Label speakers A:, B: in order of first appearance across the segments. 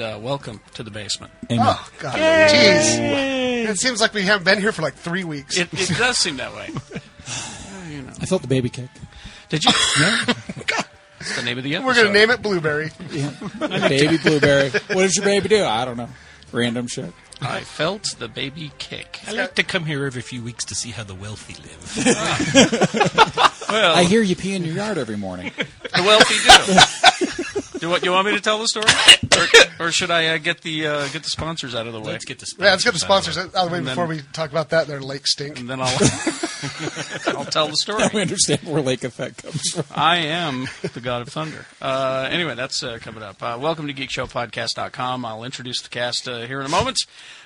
A: uh, welcome to the basement.
B: Amen.
C: Oh God, jeez! It seems like we haven't been here for like three weeks.
A: It, it does seem that way.
B: I felt the baby kick.
A: Did you? That's the name of the episode.
C: We're gonna name it Blueberry.
B: baby blueberry. What does your baby do? I don't know. Random shit.
A: I felt the baby kick.
D: I like to come here every few weeks to see how the wealthy live.
B: I hear you pee in your yard every morning.
A: The wealthy do. do what, you want me to tell the story, or, or should I uh, get the uh, get the sponsors out of the way?
D: Let's get the sponsors.
C: Yeah, let's get the
D: out of
C: sponsors out of the way
A: And then-
C: before we talk about that. Their lake stink.
A: and then I'll I'll tell the story.
B: We understand where lake effect comes from.
A: I am the God of Thunder. Uh, anyway, that's uh, coming up. Uh, welcome to GeekShowPodcast.com. I'll introduce the cast uh, here in a moment.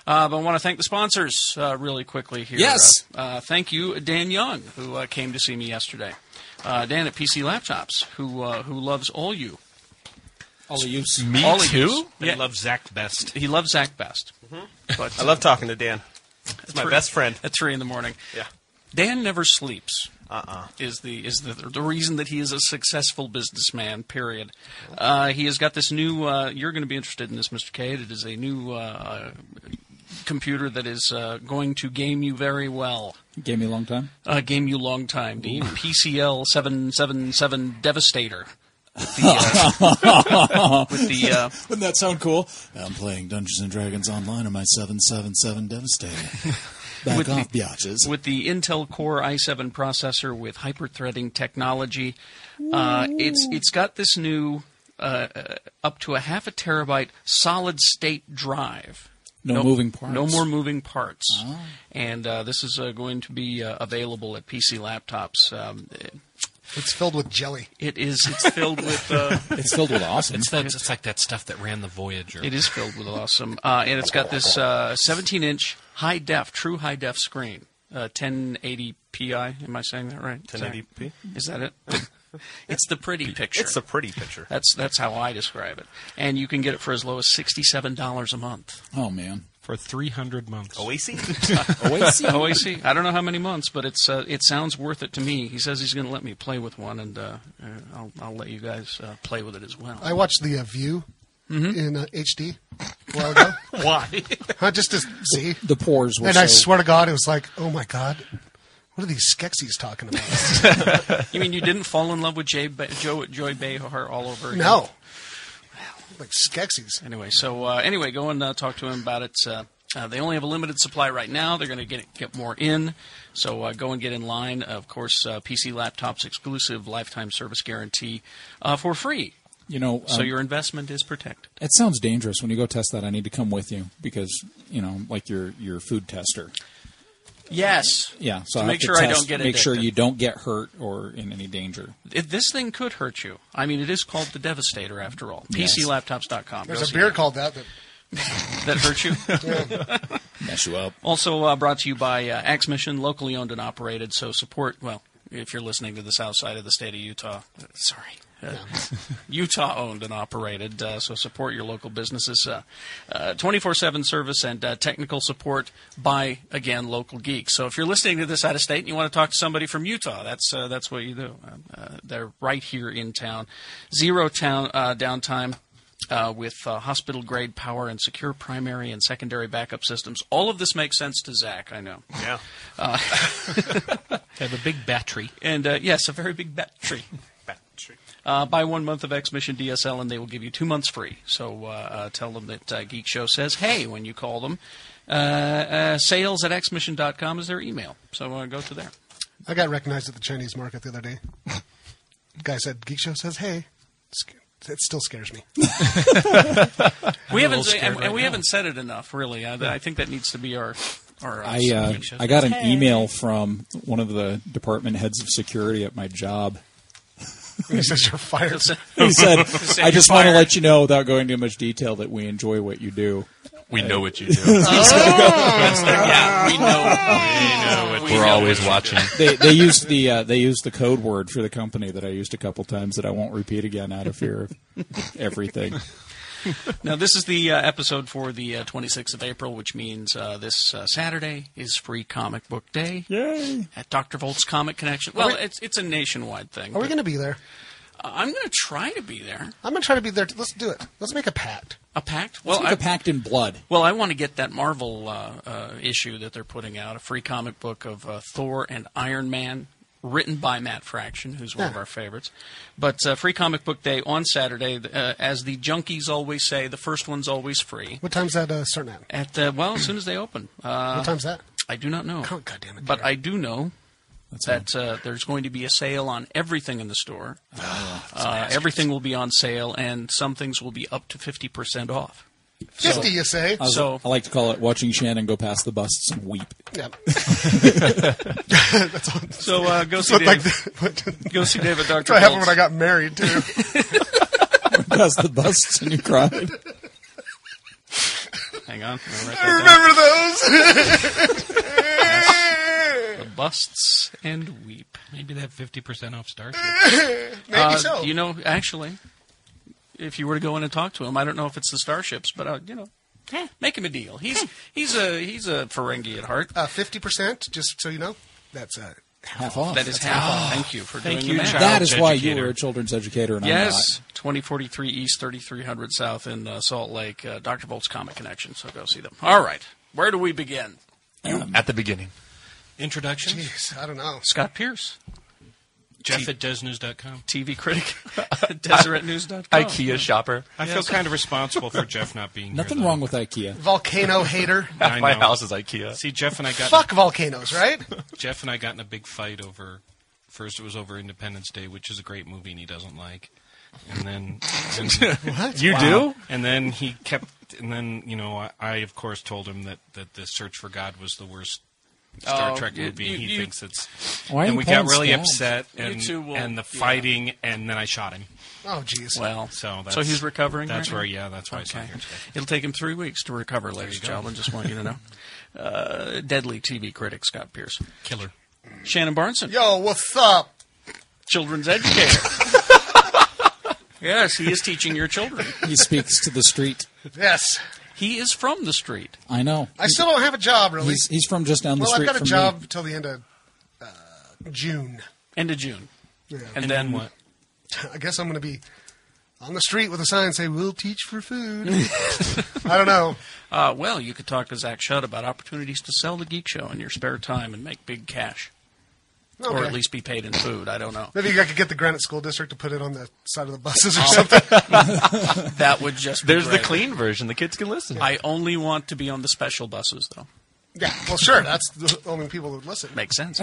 A: Uh, but I want to thank the sponsors uh, really quickly here.
B: Yes.
A: Uh, uh, thank you, Dan Young, who uh, came to see me yesterday. Uh, Dan at PC Laptops, who uh, who loves all you.
B: All the use.
D: Me
A: All of
D: too.
A: you?
D: I
A: Yeah.
D: love Zach best.
A: He loves Zach best. But uh,
E: I love talking to Dan. It's my
A: three-
E: best friend.
A: At three in the morning.
E: Yeah.
A: Dan never sleeps.
E: Uh-uh.
A: Is the is the the reason that he is a successful businessman? Period. Uh, he has got this new. Uh, you're going to be interested in this, Mr. Cade. It is a new uh, computer that is uh, going to game you very well.
B: Gave me a long time.
A: Uh, game you long time. The PCL seven seven seven Devastator. With the, uh, with the uh,
B: Wouldn't that sound cool? I'm playing Dungeons and Dragons online on my 777 Devastator. Back
A: With
B: off,
A: the-
B: biatches.
A: with the Intel Core i7 processor with hyper-threading technology. Uh, it's it's got this new uh, uh, up to a half a terabyte solid state drive.
B: No moving parts. Oh.
A: No more moving parts. And uh, this is uh, going to be uh, available at PC laptops. Um,
C: It's filled with jelly.
A: it is. It's filled with. Uh,
B: It's filled with awesome.
D: It's, that, it's like that stuff that ran the Voyager.
A: it is filled with awesome. Uh, and it's got this uh, 17-inch high def, true high def screen. Uh, 1080 pi. Am I saying that right?
E: 1080p.
A: Is that it? it's the pretty picture.
E: It's a pretty picture.
A: that's that's how I describe it. And you can get it for as low as sixty-seven dollars a month.
B: Oh, man.
D: for 300 months.
E: Oasis.
B: Oasis.
A: OAC. I don't know how many months, but it's uh, it sounds worth it to me. He says he's going to let me play with one, and uh, uh, I'll I'll let you guys uh, play with it as well.
C: I watched the uh, View
A: Mm-hmm.
C: in uh, HD a while ago,
E: Why?
C: Huh, just to see.
B: The pores were
C: And
B: so...
C: I swear to God, it was like, oh my God, what are these Skeksis talking about?
A: you mean you didn't fall in love with Jay ba- Joe Joy Behar all over again?
C: no, like Skeksis.
A: Anyway, so uh, anyway, go and uh, talk to him about it. Uh, uh, they only have a limited supply right now. They're going to get get more in, so uh, go and get in line. Of course, uh, PC laptops exclusive lifetime service guarantee uh, for free.
B: You know,
A: So
B: um,
A: your investment is protected.
B: It sounds dangerous. When you go test that, I need to come with you because you know, I'm like your your food tester.
A: Yes.
B: Yeah, so
A: To
B: I
A: make
B: have to
A: sure I
B: test-
A: don't get
B: make sure
A: addicted.
B: you don't get hurt or in any danger.
A: It, this thing could hurt you. I mean, it is called the Devastator after all.
B: Yes.
A: PCLaptops.com. Go
C: There's a
A: see
C: beer
A: it.
C: called that. that
A: that hurts you.
B: Mess you up.
A: Also uh, brought to you by uh, Axe Mission, locally owned and operated. So support, well, if you're listening to this outside of the state of Utah, uh, sorry. Uh, Utah owned and operated, uh, so support your local businesses. Twenty four seven service and uh, technical support by again local geeks. So if you're listening to this out of state and you want to talk to somebody from Utah, that's uh, that's what you do. Um, uh, they're right here in town, zero town uh, downtime uh, with uh, hospital grade power and secure primary and secondary backup systems. All of this makes sense to Zach, I know.
E: yeah.
A: Uh,
D: They have a big battery.
A: And uh, yes, a very big battery.
E: Battery.
A: Uh, buy one month of X Mission DSL and they will give you two months free. So uh, uh, tell them that uh, Geek Show says hey when you call them. Uh, uh, sales at xmission.com is their email. So uh, go to there.
C: I got recognized at the Chinese market the other day. Guy said, "Geek Show says hey." Sc- It still scares me.
A: We
D: a little
A: haven't,
D: scared
A: and, and
D: right
A: we
D: now.
A: haven't said it enough, really. I, I think that needs to be our. our uh,
B: I uh, I got an email from one of the department heads of security at my job.
C: He says you're fired.
B: He said,
A: say
B: "I
A: you're
B: just want to
A: fired.
B: let you know, without going into much detail, that we enjoy what you do."
F: We know what you do.
A: yeah, we know. we know.
F: We're always watching.
B: They they used the uh, they used the code word for the company that I used a couple times that I won't repeat again out of fear of everything.
A: Now, this is the uh, episode for the uh, 26th of April, which means uh, this uh, Saturday is Free Comic Book Day
B: Yay!
A: at Dr. Volt's Comic Connection. Well, it's it's a nationwide thing.
C: Are we
A: but
C: going to be there?
A: Uh, I'm going to try to be there.
C: I'm gonna try to be there. Let's do it. Let's make a pact.
A: A pact?
B: Well,
A: Well, I,
B: packed in blood.
A: well, I want to get that Marvel uh, uh, issue that they're putting out, a free comic book of uh, Thor and Iron Man, written by Matt Fraction, who's one of
C: Yeah.
A: our favorites. But uh, free comic book day on Saturday, uh, as the junkies always say, the first one's always free.
C: What time's that uh, starting at?
A: At uh, well, as soon as they open, uh,
C: What time's that?
A: I do not know.
C: Oh, God damn it,
A: But
C: Peter.
A: I do know
B: That's
A: that uh, there's going to be a sale on everything in the store. uh,
D: bastards.
A: everything will be on sale, and some things will be up to fifty percent off.
C: Fifty, you say?
B: I was-
A: so-
B: I like to call it watching Shannon go past the busts and weep.
C: yeah.
A: So uh, go see
C: Looked like
A: Dave.
C: the,
A: go see Dave at Doctor.
C: what happened when I got married too.
B: past the busts and you cried.
A: Hang on, I'll write
C: I
A: that down.
C: remember those.
A: The busts and weep.
D: Maybe that 50% off starts.
C: Maybe
A: Uh,
C: so.
A: You know, actually, if you were to go in and talk to him, I don't know if it's the starships, but uh, you know, make him a deal. He's he's a he's a Ferengi at heart.
C: Uh, Fifty percent, just so you know. That's uh,
B: Half off.
A: that is half. Thank you for
D: Thank
A: doing
D: you,
A: the math.
D: child.
B: That is why you
D: educator.
B: were a children's educator and
A: Yes, 2043 East, 3300 South in uh, Salt Lake. Uh, Dr. Bolt's Comic Connection, so go see them. All right, where do we begin?
B: I'm not. Um,
F: At the beginning.
D: Introduction
C: jeez, I don't know.
A: Scott Pierce,
D: Jeff at desnews.com.
A: TV critic, DeseretNews.com.
F: IKEA shopper.
D: I feel kind of responsible for Jeff not being here,
B: nothing
D: though.
B: wrong with IKEA.
C: Volcano hater.
D: I
F: My
D: know.
F: house is IKEA.
D: See, Jeff and I got
C: Fuck volcanoes, right?
D: Jeff and I got in a big fight over. First, it was over Independence Day, which is a great movie and he doesn't like, and then and,
F: you do?
D: and then he kept, and then you know, I, I of course told him that that the Search for God was the worst Star
A: Oh,
D: Trek
A: you-
D: movie.
A: you-
D: he
A: you-
D: thinks it's,
B: Why are
D: and
B: you
D: we got
B: pulling
D: really
B: scabs?
D: upset, and
A: two will-
D: and the
A: yeah.
D: fighting, and then I shot him.
C: Oh, jeez.
A: Well,
D: So that's,
A: so he's recovering.
D: That's
A: right
D: where,
A: now?
D: yeah, that's why he's not
A: Okay.
D: here today.
A: It'll take him three weeks to recover, ladies and
D: go.
A: gentlemen. Just want you to know. Uh, deadly TV critic Scott Pierce,
D: Killer.
A: Shannon Barneson,
C: Yo, what's up?
A: children's educator. yes, he is teaching your children.
B: He speaks to the street.
C: Yes,
A: He is from the street.
B: I know.
C: I still don't have a job, really.
B: He's, he's from just down the
C: well, I've
B: street
C: got a
B: from
C: job
B: me.
C: till the end of uh, June.
A: End of June,
C: Yeah.
A: and, then
D: what?
C: I guess I'm going to be on the street with a sign saying "We'll teach for food." I don't know.
A: Uh, well, you could talk to Zach Shutt about opportunities to sell the Geek Show in your spare time and make big cash, or
C: Okay.
A: at least be paid in food. I don't know. Um,
C: maybe I could get the Granite School District to put it on the side of the buses or something.
A: Oh. That would just be
F: There's the
A: great.
F: clean version. The kids can listen.
A: I only want to be on the special buses, though.
C: yeah, well, sure. That's the only people that would listen.
A: Makes sense.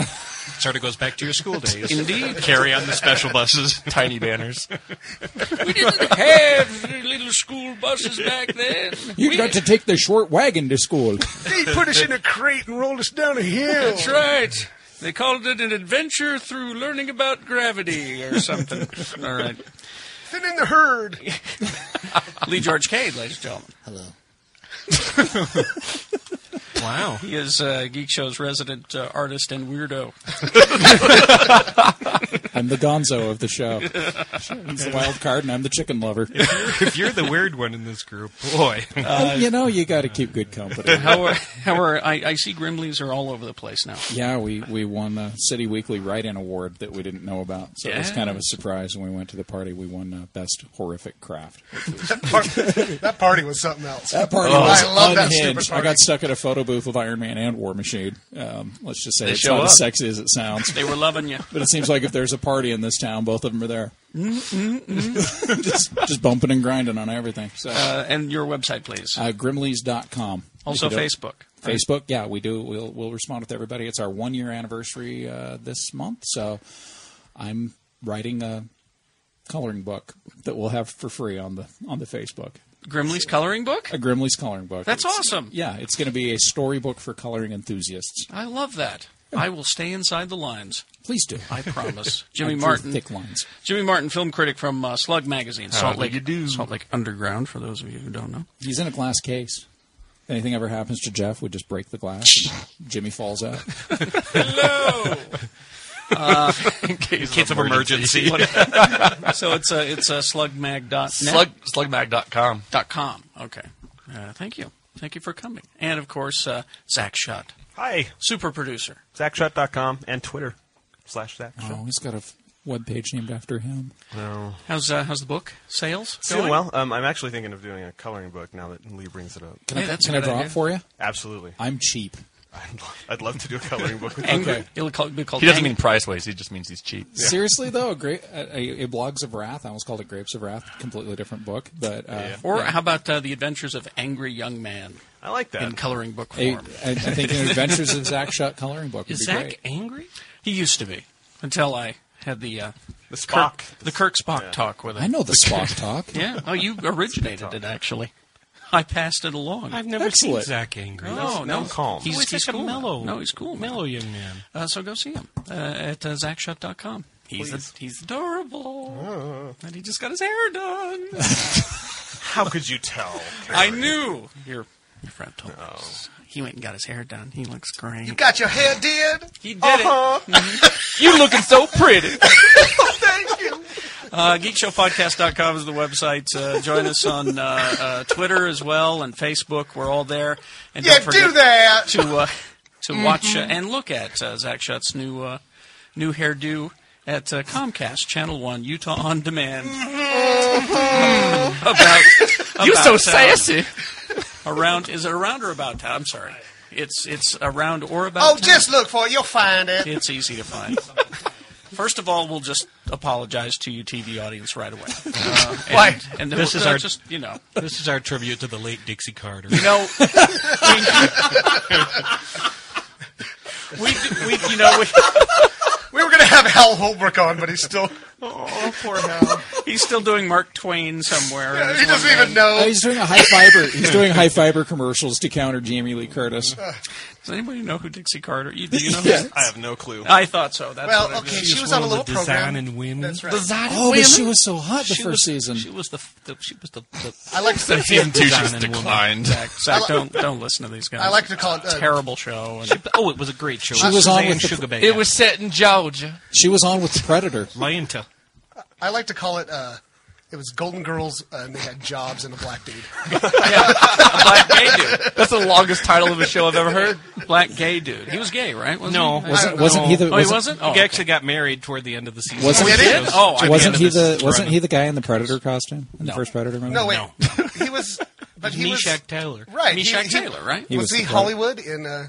D: Sort of goes back to your school days.
A: Indeed.
F: Carry on the special buses. Tiny banners.
A: We didn't have little school buses back then.
B: You got to take the short wagon to school.
C: They put us in a crate and rolled us down a hill.
A: That's right. They called it an adventure through learning about gravity or something. All right.
C: Thin in the herd.
A: Lee George Cade, ladies and gentlemen.
D: wow.
A: He is uh, Geek Show's resident uh, artist and weirdo.
B: I'm the gonzo of the show. He's the wild card, and I'm the chicken lover.
D: if you're the weird one in this group, boy.
B: Well, you know, you got to keep good company.
A: uh, How are, how are I, I see Grimleys are all over the place now.
B: Yeah, we, we won the City Weekly Write-In Award that we didn't know about, so it was
A: Yeah.
B: kind of a surprise when we went to the party. We won uh, Best Horrific Craft.
C: Par- that party was something else.
B: That party
C: Oh.
B: was
C: I love that
B: unhinged.
C: stupid party.
B: I got stuck at a photo booth with Iron Man and War Machine. Um, let's just say it's
F: show
B: not as
F: up.
B: sexy as it sounds.
A: They were loving you.
B: But it seems like if there's a party in this town, both of them are there. just, just bumping and grinding on everything. So, uh,
A: Uh, and your website, please.
B: Grimleys.com.
A: Also
B: If you don't-
A: Facebook.
B: Facebook, yeah, we do. We'll we'll respond with everybody. It's our one year anniversary uh, this month, so I'm writing a coloring book that we'll have for free on the on the Facebook.
A: Grimley's coloring book.
B: A Grimley's coloring book.
A: That's
B: It's-
A: awesome.
B: Yeah, it's going to be a storybook for coloring enthusiasts.
A: I love that. I will stay inside the lines.
B: Please do.
A: I promise. Jimmy
B: I drew
A: Martin.
B: thick lines.
A: Jimmy Martin, film critic from uh, Slug Magazine, Salt
F: do
A: Lake,
F: you do?
A: Salt Lake Underground. For those of you who don't know,
B: He's in a glass case. If anything ever happens to Jeff, we just break the glass. and Jimmy falls out.
A: hello. Uh,
F: In case,
D: Case of emergency.
A: so it's uh, it's uh, slugmag.net.
F: Slug, slugmag.com.
A: dot com. Okay. Uh, thank you. Thank you for coming. And of course, uh, Zach Shutt,
E: Hi,
A: super producer.
E: ZachShot.com and Twitter. slash that show.
B: Oh, he's got a f- web page named after him.
E: No.
A: How's uh, how's the book sales
E: It's
A: going?
E: doing well. Um, I'm actually thinking of doing a coloring book now that Lee brings it up.
B: Can
A: Hey,
B: I,
A: that's a
B: can I
A: good
B: draw
A: idea.
B: it for you?
E: Absolutely.
B: I'm cheap.
E: I'd, lo- I'd love to do a coloring book with
A: Angry.
B: Okay.
A: It'll call, be called.
F: He doesn't
A: ang-
F: mean price ways. He just means he's cheap.
B: Seriously though, a, gra- a, a, a blogs of wrath. I almost called it Grapes of Wrath. Completely different book, but uh,
E: Yeah.
A: Or how about uh, the Adventures of Angry Young Man
E: I like that.
A: in coloring book
B: a-
A: form?
B: I- I think an Adventures of Zach Shut coloring book would
A: Is
B: be
A: Zach
B: great.
A: angry? He used to be until I had the uh,
E: the Spock.
A: Kirk, the Kirk Spock
E: yeah.
A: talk with him.
B: I know the Spock talk.
A: Yeah. Oh, you originated it actually. I passed it along.
D: I've never
B: Excellent.
D: seen Zach angry.
A: no,
E: now
A: no,
E: calm.
A: He's,
D: He's
A: he's
D: like a
A: cool.
D: mellow-
A: No, he's cool. man.
D: Mellow young man.
A: Uh, so go see him uh, at uh, ZachShut.com. He's
E: Please.
A: he's adorable, and he just got his hair done.
E: Uh. How could you tell?
A: I knew your your friend told me. He went and got his hair done. He looks great.
E: You got your hair did.
A: he did
E: Uh-huh.
F: You're looking so pretty.
E: Thank you.
A: it. Uh, GeekShowPodcast.com is the website. Uh, join us on uh, uh, Twitter as well and Facebook. We're all there. And
E: Yeah,
A: don't forget
E: do that. Mm-hmm.
A: to uh, to watch uh, and look at uh, Zach Schutt's new uh, new hairdo at uh, Comcast Channel One Utah on Demand.
E: Mm-hmm.
A: about,
F: You're
A: about
F: so
A: town.
F: sassy.
A: Around is it around or about town? I'm sorry. It's it's around or about.
E: Oh,
A: town.
E: just look for it. You'll find it.
A: It's easy to find. First of all, we'll just apologize to you, TV audience, right away. Uh, and,
E: Why?
A: And then
D: This
A: we'll,
D: is
A: uh,
D: our-
A: just you know.
D: This is our tribute to the late Dixie Carter.
A: You know, we, we, do- we you know we,
E: We were going to have Hal Holbrook on, but he's still. Oh, poor Hal.
A: he's still doing Mark Twain somewhere. in his
E: he doesn't
A: one
E: even
A: man.
B: Oh,
E: know.
B: he's doing a high fiber. He's doing high fiber commercials to counter Jamie Lee Curtis.
E: Uh,
A: Does anybody know who Dixie Carter? You, do you know?
B: Yeah.
A: who-
E: I have no clue.
A: I thought so. That's
E: Well,
A: what I
E: okay,
A: just-
E: she was on a
D: one
E: little
D: of the
E: program.
D: Design and women.
E: That's right.
B: Oh, but she was so hot the
A: She
B: first
A: was-
B: season.
A: She was the, f- the she was the, the
E: I like to
F: Season two
A: Design
F: just
A: and woman.
F: declined.
A: Zach, Zach don't don't listen to these guys.
E: I like to call it, uh,
A: terrible show. And,
D: Oh, it was a great show.
B: She was on
D: Suzanne
B: with the-
D: Sugabay.
F: It was set in Georgia.
B: She was on with the Predator.
D: Atlanta.
E: I like to call it. Uh, it was Golden Girls, uh, and they had Jobs and a black dude.
A: black gay dude.
F: That's the longest title of a show I've ever heard.
A: Black gay dude. He was gay, right? Wasn't
D: No.
A: he?
B: Wasn't
E: don't
B: wasn't he
E: know.
B: the?
A: Oh, he wasn't. Oh,
D: he actually got married toward the end of the season.
B: Wasn't
E: Oh, he did?
A: Oh, I
B: wasn't
D: the
B: he
D: end of
B: the?
D: this
B: Wasn't
D: run.
B: he the guy in the Predator costume in the first Predator movie?
E: No, wait.
D: No.
E: he was. But he was.
D: Meshack Taylor.
E: Right. he-
A: Meshack
E: he-
A: Taylor, right?
B: He
E: was,
B: was
E: he
B: the-
E: Hollywood in uh,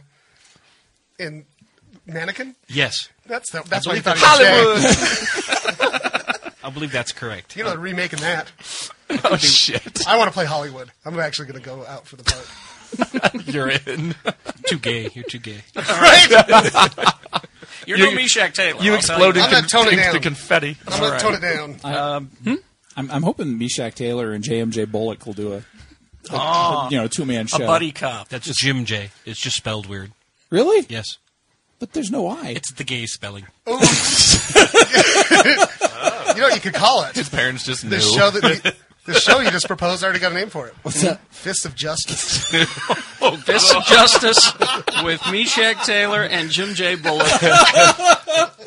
E: in Mannequin?
D: Yes.
E: That's the, that's what he thought.
D: believe
E: He was gay.
D: I believe that's correct.
E: You know, they're remaking that.
F: Oh shit,
E: I want to play Hollywood. I'm actually going to go out for the part.
F: you're in.
D: too gay. You're too gay.
E: right?
A: You're
F: You-
A: no Meshack Taylor.
F: You
A: I'll tell
F: exploded
E: I'm gonna tone it down.
F: into confetti.
E: I'm going to tone it down.
A: Um,
B: um,
A: hmm?
B: I'm, I'm hoping Meshack Taylor and JMJ Bullock will do a, a- you know two man
A: you.
B: show.
A: a buddy cop.
D: That's just Jim J. It's just spelled weird.
B: Really?
D: Yes.
B: But there's no I.
D: It's the gay spelling.
E: You know what you could call it?
F: His parents just knew.
E: The show that the, the show you just proposed already got a name for it.
B: What's that?
E: Fists of Justice.
D: Oh,
A: Fist of Justice with Meshack Taylor and Jim J. Bullock.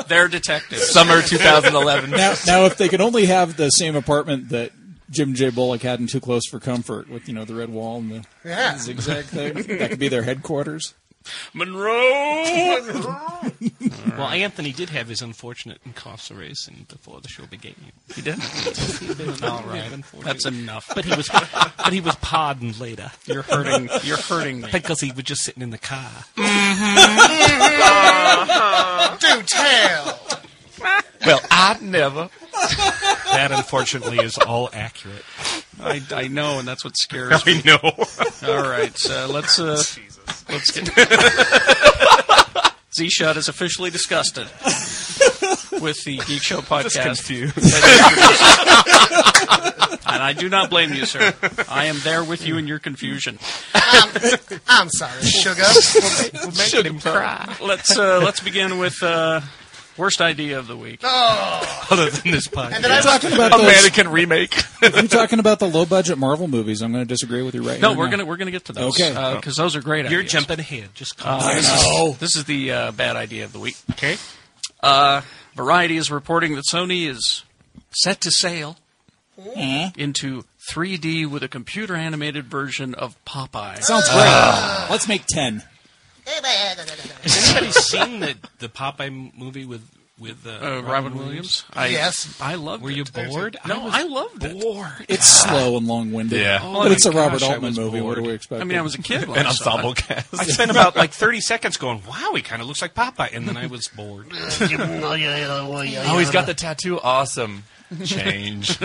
A: They're detectives.
F: Summer 2011.
B: Now, now if they could only have the same apartment that Jim J. Bullock had in Too Close for Comfort, with you know the red wall and the
E: Yeah.
B: zigzag thing, that could be their headquarters.
A: Monroe.
D: Well, Anthony did have his unfortunate incarceration before the show began.
A: He did.
D: All right.
A: That's enough.
D: But he was, but he was pardoned later
A: You're hurting. You're hurting me.
D: because he was just sitting in the car.
A: Mm-hmm.
E: Do tell.
F: Well, I never.
D: That unfortunately is all accurate.
A: I, I know, and that's what scares me.
F: We know.
A: All right, so let's uh, let's get Z Shot is officially disgusted with the Geek Show podcast. and I do not blame you, sir. I am there with you in your confusion.
E: Um, I'm, I'm sorry, sugar.
F: Should him cry.
A: Let's uh, let's begin with uh, worst idea of the week.
D: Other than this podcast.
E: Oh. And then I looked,
B: Talking about
F: A
B: those,
F: mannequin remake.
B: you're talking about the low budget Marvel movies. I'm going to disagree with you right
A: No,
B: here
A: we're
B: now.
A: gonna we're gonna get to those Uh,
B: Okay.
A: because those are great.
D: You're
A: ideas.
D: jumping ahead. Just
A: I
D: calm
A: know. Uh, This is the uh, bad idea of the week. Okay. Uh, Variety is reporting that Sony is set to sail
B: Mm-hmm.
A: into 3D with a computer animated version of Popeye. Uh,
B: Sounds great. Let's make ten.
D: Has anybody seen the, the Popeye movie with with uh,
A: Uh, Robin Williams. I,
E: Yes.
A: I loved
D: Were
A: it.
D: you bored?
A: No,
D: was
A: I loved it.
D: bored.
B: It's slow and long winded.
F: Yeah.
A: Oh
B: but
A: my
B: it's a Robert
D: gosh, I
B: Altman
D: was
B: movie. What do
D: bored.
B: we expect?
A: I mean, I was a kid. When
F: An
A: I saw
F: ensemble
A: It.
F: cast.
D: I spent about like 30 seconds going, wow, he kind of looks like Popeye. And then I was bored.
F: Oh, he's got the tattoo. Awesome. Change.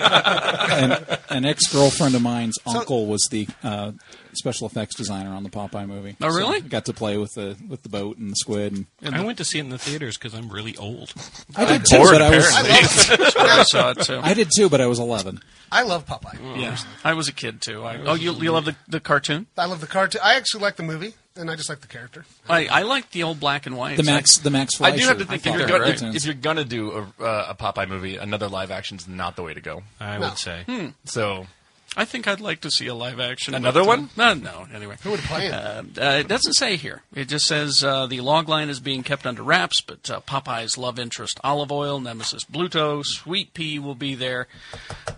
B: an, an ex girlfriend of mine's uncle was the uh, special effects designer on the Popeye movie.
A: Oh, really?
B: So I got to play with the with the boat and the squid. And
D: I went to see it in the theaters because I'm really old.
B: I did too,
F: bored,
B: but I was
F: apparently.
A: I saw it too.
B: I did too, but I was eleven.
E: I love Popeye.
D: Mm.
A: yeah, I was a kid too. I, oh, you you love the the cartoon?
E: I love the cartoon. I actually like the movie, and I just like the character.
A: I I liked the old black and white.
B: The Max the Max
F: I
B: Fleischer.
F: do have to think if you're,
B: Popeye
F: gonna,
B: cartoons.
F: if you're gonna do a, uh, a Popeye movie, another live action's not the way to go. Hmm.
D: I
E: No.
D: would say.
F: So
A: I think I'd like to see a live action.
F: Another
A: but,
F: one?
A: Uh, no, no. Anyway,
E: Who would play him?
A: Uh, uh, it doesn't say here. It just says uh, the log line is being kept under wraps, but uh, Popeye's love interest, Olive Oil, Nemesis Bluto, Sweet Pea will be there.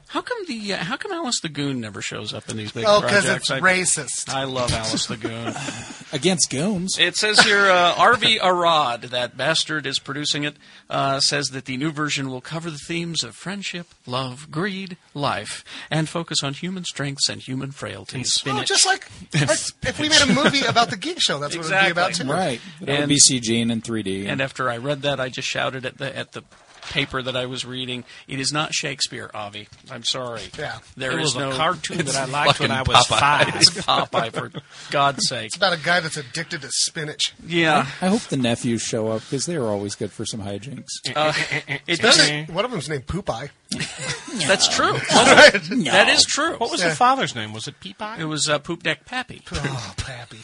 A: How come the uh, how come Alice the Goon never shows up in these big
E: oh,
A: projects?
E: because it's
A: I-
E: racist.
A: I love Alice the Goon.
B: against goons,
A: It says here, uh, RV Arad, that bastard is producing it, uh, says that the new version will cover the themes of friendship, love, greed, life, and focus on human strengths and human frailties.
E: Oh, just like, like if we made a movie about the geek show, that's what it would be about
A: Exactly.
E: too.
B: right? It
A: And-
B: would be CG and in 3D.
A: And after I read that, I just shouted at the at the paper that I was reading. It is not Shakespeare, Avi. I'm sorry.
E: Yeah.
A: there
D: It
A: is
D: was
A: no
D: a cartoon that I liked
F: fucking
D: when I was
F: Popeye.
D: five.
A: It's Popeye for God's sake.
E: It's about a guy that's addicted to spinach.
A: Yeah,
B: I hope the nephews show up because they were always good for some hijinks.
A: Uh,
D: Uh,
A: Eh, it doesn't.
E: There's a- One of them's named Poopeye.
A: eh, That's true. That is true.
D: What was the father's name? Was it Peapod?
A: It was uh, poop deck pappy.
E: Oh, Pappy.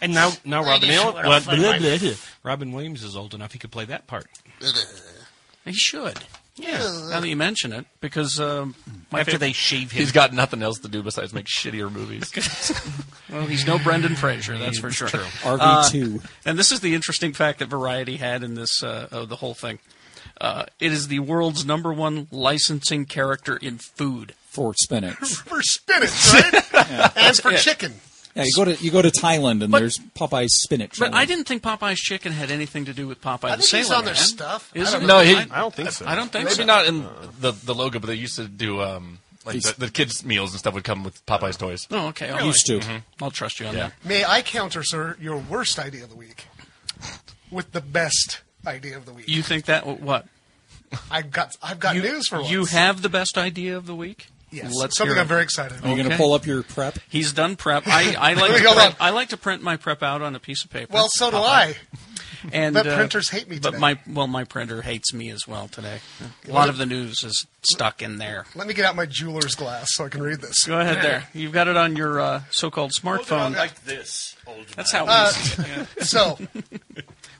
D: And now, now Robin, Il- Well, blah, blah, blah. Robin Williams is old enough; he could play that part.
A: He should.
D: Yeah.
A: Now that you mention it, because um, my
D: After
A: favorite-
D: they shave him,
F: he's got nothing else to do besides make shittier movies.
A: well, he's no Brendan Fraser, that's for sure. Uh,
B: RV2.
A: And this is the interesting fact that Variety had in this uh, of the whole thing. Uh, it is the world's number one licensing character in food.
B: for spinach.
E: For spinach, right? And for
A: it.
E: chicken.
B: Yeah, you go to you go to Thailand and there's Popeye's spinach.
A: But I didn't think Popeye's chicken had anything to do with Popeye
E: I
A: the
E: think he's
A: Sailor
E: on their
A: Man.
E: stuff. I
A: Is
E: don't
A: it?
F: know. No, he-
A: I,
F: I
A: don't think so. I don't think
F: Maybe
A: so.
F: not in the the logo, but they used to do um like the, the kids' meals and stuff would come with Popeye's toys. Mm-hmm.
A: Oh, okay. I'll,
B: Used to.
A: I'll trust you on that.
E: May I counter, sir, your worst idea of the week with the best idea of the week?
A: You think that what?
E: I've got, I've got news for once.
A: You have the best idea of the week.
E: yes,
A: Let's
E: something
A: hear
E: I'm
A: it.
E: very excited
B: Are
E: about.
B: you going to
A: Okay.
B: pull up your prep?
A: He's done prep. I, I
B: Oh
A: like
E: Wait,
A: to
E: hold
A: print,
E: on.
A: I like to print my prep out on a piece of paper.
E: Well, so do
A: Uh,
E: I.
A: And
E: but
A: uh,
E: printers hate me
A: But
E: today.
A: my well, my printer hates me as well today. A lot of the news is stuck in there.
E: Let me get out my jeweler's glass so I can read this.
A: Go ahead there. You've got it on your uh, so-called smartphone.
F: this, old
A: That's how.
E: Uh,
A: we see it. Yeah.
E: So,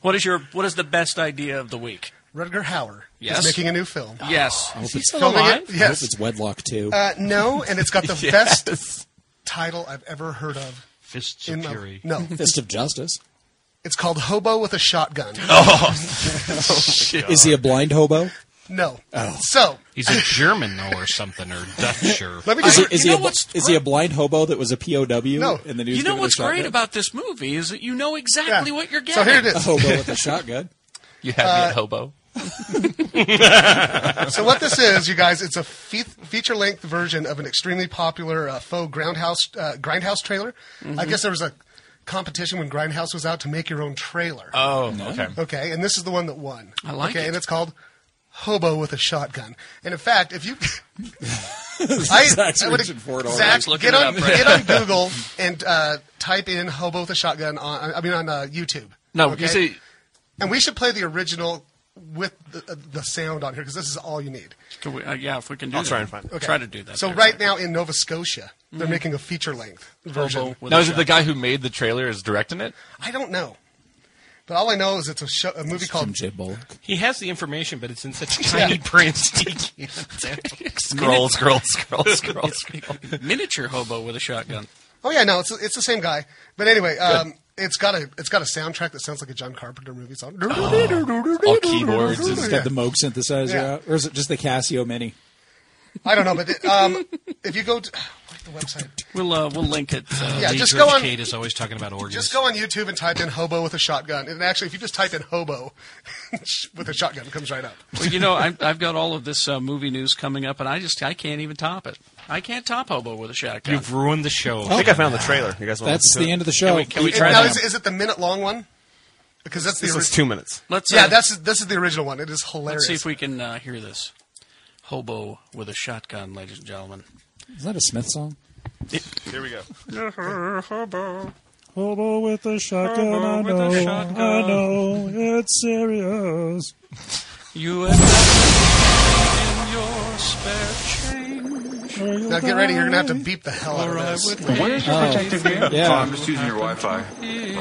A: What is your what is the best idea of the week?
E: Rudger Hauer
A: Yes. Ah,
E: is making a new film.
A: Yes.
B: I hope it's,
E: Filming it-
B: I hope
E: Yes.
B: it's wedlock too.
E: Uh, no, and it's got the best title I've ever heard of.
D: fists
E: In
D: of
E: the-
D: fury.
E: no,
B: Fist of Justice.
E: it's called Hobo with a Shotgun.
D: Oh.
B: Is he a blind hobo?
E: No.
B: Oh.
G: Uh,
E: So
D: He's a German though, or something, or Dutch, or
E: let me
B: Is
E: just.
B: he, is,
A: You
B: he
A: know
B: a,
A: what's
B: is he a blind hobo that was a POW?
E: No.
B: And then he was
A: You know
B: given a
A: what's great
B: shotgun?
A: about this movie is that you know
E: yeah.
A: exactly what you're
E: So
A: getting.
E: here it
B: a
E: is.
B: hobo with a shotgun?
F: You have me at hobo.
E: So what this is, you guys, it's a fe- feature-length version of an extremely popular uh, faux grindhouse uh, grindhouse trailer.
B: Mm-hmm.
E: I guess there was a competition when Grindhouse was out to make your own trailer.
F: Oh, okay.
E: Mm-hmm. Okay, and this is the one that won.
A: I like
E: okay,
A: it.
E: and it's called Hobo with a Shotgun. And in fact, if you, I,
B: Zach's
E: would-
B: reaching for it already.
E: Zach,
A: He's looking
E: get
A: it
E: on
A: up right
E: get on Google and uh, type in "Hobo with a Shotgun" on I mean on uh, YouTube.
F: No,
E: okay?
F: you see,
E: and we should play the original with the, uh, the sound on here because this is all you need.
A: Can we- uh, yeah, if we can do I'll
F: try and find it.
E: Okay.
A: Try to do that.
E: So
A: there.
E: right now in Nova Scotia, they're making a feature-length version.
A: Hobo with
F: now
A: a
F: is it the
A: shotgun.
F: guy who made the trailer is directing it?
E: I don't know, but all I know is it's a, show, a movie
B: Some
E: called
B: Jay Bullock.
D: he has the information, but it's in such tiny print. He can't-
F: Scroll, scroll, scroll, scroll, scroll.
A: miniature hobo with a shotgun?
E: Oh yeah, no, it's it's the same guy. But anyway, um, it's got a it's got a soundtrack that sounds like a John Carpenter movie song.
B: Oh.
F: All keyboards and
B: He's
F: stuff.
B: got the Moog synthesizer
E: Yeah.
B: out. Or is it just the Casio Mini?
E: I don't know, but the, um, if you go to like the website,
A: We'll uh, we'll link it. Uh,
E: yeah,
D: Need
E: just
D: to
E: go on-
D: educate is always talking about organs.
E: just go on YouTube and type in "hobo with a shotgun." And actually, if you just type in "hobo with a shotgun," it comes right up.
A: Well, you know, I've, I've got all of this uh, movie news coming up, and I just I can't even top it. I can't top Hobo with a shotgun.
D: You've ruined the show.
G: I think I found the trailer. You guys want
B: That's
G: to
B: the end of the show.
A: Oh, Can we
E: And
A: try
E: now,
A: that?
E: is, is it the minute long one? Because that's the
G: This is
E: original.
G: two minutes.
A: Let's uh,
E: Yeah, that's this is the original one. It is
A: let's
E: hilarious.
A: see if we can uh, hear this. Hobo with a shotgun, ladies and gentlemen.
B: Is that a Smith song?
F: Here we go.
B: Hobo with a shotgun, I
D: with a know, shotgun. I
B: know, it's serious.
A: You have nothing in your spare change.
E: now get ready. You're gonna have to beep the hell out of this.
H: Where's your protective gear?
B: Oh. Yeah.
H: Oh, I'm just using your Wi-Fi.
A: Is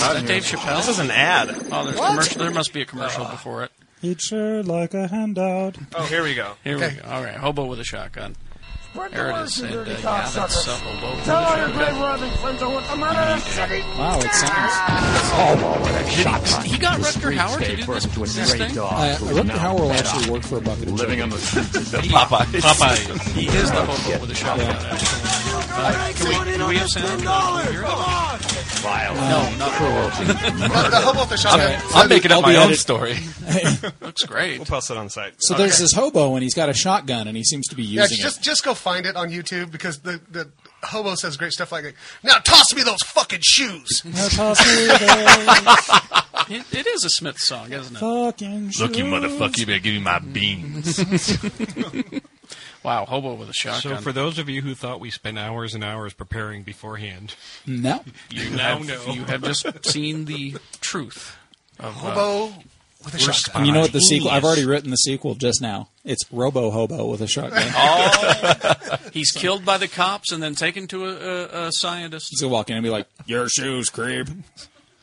A: that Dave Chappelle?
G: This is an ad.
A: Oh, there's commercial. There must be a commercial before it.
B: Eat sure like a handout.
G: Uh, Oh, here we go.
A: Here
E: Okay.
A: we go. All right, hobo with a shotgun. There it is. And, uh, yeah, that's uh, hobo with a shotgun.
B: Wow, it sounds.
F: Oh,
A: He got Rutger Howard to do this, this thing.
B: Uh, Rutger Howard actually worked for a bucket. of
F: Living on the, the Popeyes.
D: Popeye.
A: He is the hobo with a shotgun. actually. Uh, can, we, can we have sound? No, not
E: But the hobo with the shotgun.
F: I'm making
B: I'll
F: up
B: be
F: my own
B: edit-
F: story.
A: Looks great.
G: We'll post it on the site.
B: So there's this hobo and he's got a shotgun and he seems to be
E: Yeah,
B: using
E: just
B: it.
E: just go find it on YouTube because the the hobo says great stuff like, "Now toss me those fucking shoes."
A: It, it is a Smith song, isn't it?
F: Look, you motherfucker, you better give me my beans.
A: Wow, hobo with a
D: So
A: shotgun.
D: for those of you who thought we spent hours and hours preparing beforehand,
B: No.
D: you now know.
A: you have just seen the truth. Of, uh,
E: Hobo with a shotgun.
B: And you know what the sequel? I've already written the sequel just now. It's Robo Hobo with a shotgun.
E: Oh,
A: Oh. he's killed by the cops and then taken to a, a, a
B: He's
A: scientist.
B: gonna walk in and be like, "Your shoes, creep."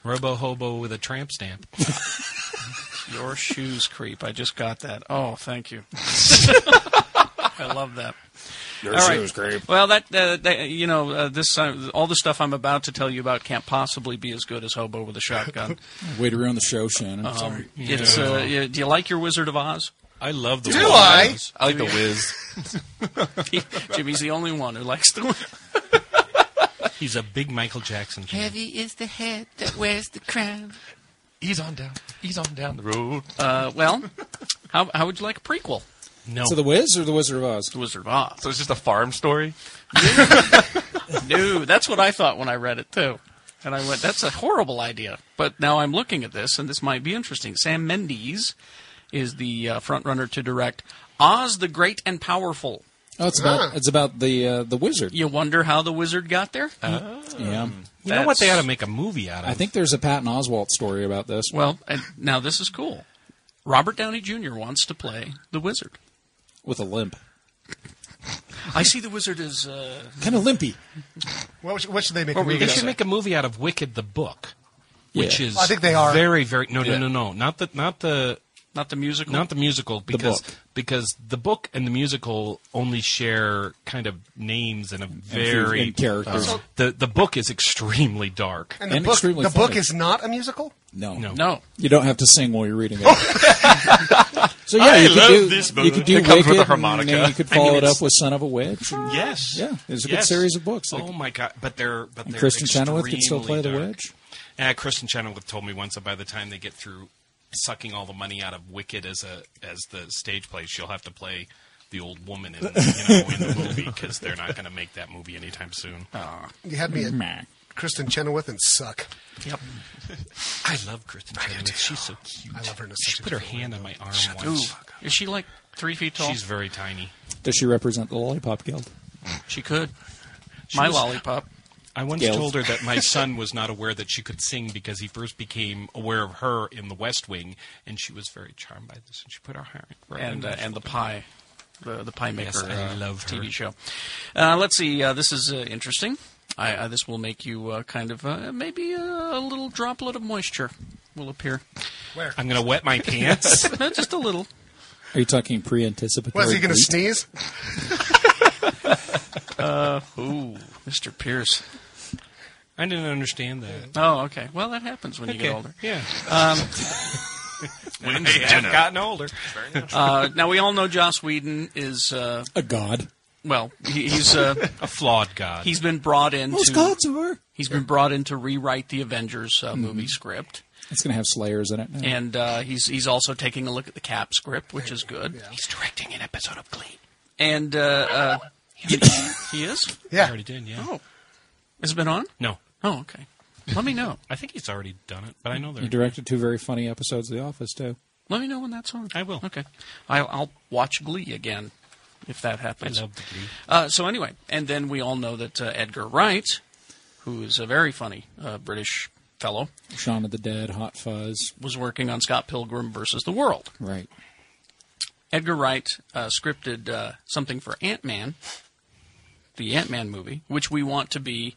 D: Robo Hobo with a tramp stamp.
A: Your shoes creep. I just got that. Oh, thank you. I love that.
B: Your
A: All right.
B: shoes, creep.
A: Well, that, uh, that you know, uh, this uh, all the stuff I'm about to tell you about can't possibly be as good as Hobo with a Shotgun.
B: Way to ruin the show, Shannon. Sorry.
A: Um, it's uh, yeah, do you like your Wizard of Oz?
D: I love the.
E: Do
D: Wizard of
E: I?
D: Oz.
F: I like the whiz.
A: He- Jimmy's the only one who likes the.
D: He's a big Michael Jackson fan.
I: Heavy is the head that wears the crown.
F: He's on down. He's on down the road.
A: Uh, well, how how would you like a prequel?
D: No,
B: So the Wiz or the Wizard of Oz?
A: The Wizard of Oz.
F: So it's just a farm story.
A: No, that's what I thought when I read it too, and I went, "That's a horrible idea." But now I'm looking at this, and this might be interesting. Sam Mendes is the uh, front runner to direct Oz the Great and Powerful.
B: Oh, it's about it's about the uh, the wizard.
A: You wonder how the wizard got there?
F: Uh,
B: Yeah.
D: Uh, hmm. you know what? They
A: that's-
D: ought to make a movie out of.
B: I think there's a Patton Oswalt story about this.
A: Well, and now this is cool. Robert Downey Jr. wants to play the wizard.
B: with a limp,
A: I see the wizard as uh,
B: kind of limpy.
E: What, should- what should they make? a
D: Or
E: movie
D: they
E: out of? Oh,
D: should make a movie out of Wicked the book, which
B: Yeah.
D: is
E: I think they are.
D: very very no no
F: Yeah.
D: no no not the not the
A: not the musical.
D: not the musical because
B: book.
D: because the book and the musical only share kind of names and a
B: few-
D: very
B: and characters.
D: Uh, the the book is extremely dark.
E: And the,
B: and
E: book,
B: extremely
E: the book
B: funny.
E: is not a musical.
B: No,
D: No.
A: no.
B: you don't have to sing while you're reading it. so yeah,
F: I
B: you could
F: love
B: do
F: this
B: you could do
F: It comes with
B: Wicked,
F: a harmonica.
B: and then you could
D: I mean,
B: follow it
D: it's-
B: up with Son of a Witch. and-
D: Yes.
B: yeah, it's a good
D: Yes.
B: series of books. Like,
D: oh my god! But they're but they're
B: Kristen Chenoweth can still play
D: extremely
B: the
D: dark.
B: witch.
D: Yeah, Kristen Chenoweth told me once that by the time they get through sucking all the money out of Wicked as a as the stage play, she'll have to play the old woman in, you know, in the movie because they're not going to make that movie anytime soon.
E: You had me at
B: Meh.
E: Kristen Chenoweth and suck.
A: Yep.
D: I love Kristen Chenoweth. She's so cute.
E: I love her. in a
D: She
E: such a
D: put her
E: different way.
D: hand on my arm
A: Ooh,
D: once.
A: is she like three feet tall?
D: She's very tiny.
B: Does she represent the Lollipop Guild?
A: she could. My
D: was-
A: lollipop.
D: I once
B: Scales.
D: told her that my son was not aware that she could sing because he first became aware of her in The West Wing, and she was very charmed by this. And she put her hand right on
A: and
D: my
A: uh, and the
D: shoulder.
A: pie, the, the pie maker.
D: Yes, I
A: uh,
D: love her.
A: TV show. Uh, let's see. Uh, this is uh, interesting. I, uh, this will make you uh, kind of uh, maybe uh, a little droplet of moisture will appear,
D: I'm going to wet my pants.
A: Uh, just a little.
B: Are you talking pre-anticipatory?
E: What is he going to
B: bleep?
E: sneeze?
A: Ooh, Mr. Pierce.
D: Uh, I didn't understand that.
A: Oh, okay. Well, that happens when you get
D: Okay.
A: older.
D: Yeah.
F: When's
D: I have
F: dinner?
D: gotten older.
A: Uh, now we all know Joss Whedon is uh,
B: A god.
A: well, he, he's uh,
D: A flawed god.
A: he's been brought in.
B: Most
A: to,
B: gods Mm-hmm. are.
A: He's been brought in to rewrite the Avengers uh, movie script,
B: It's going to have slayers in it. now.
A: and uh, he's he's also taking a look at the Cap script, which is good. He's directing an episode of Glee, and uh, uh, he, he is.
D: I
E: Yeah.
D: already did. Yeah.
A: Oh, has it been on?
D: No,
A: Oh, okay. Let me know.
D: I think he's already done it, but I know
B: He
D: they're.
B: directed two very funny episodes of The Office too.
A: Let me know when that's on.
D: I will.
A: Okay, I'll, I'll watch Glee again if that
D: I
A: happens.
D: love the Glee.
A: Uh, so anyway, and then we all know that uh, Edgar Wright, who is a very funny uh, British fellow,
B: Shaun of the Dead, Hot Fuzz.
A: was working on Scott Pilgrim versus the World.
B: Right.
A: Edgar Wright uh, scripted uh, something for Ant Man, the Ant Man movie, which we want to be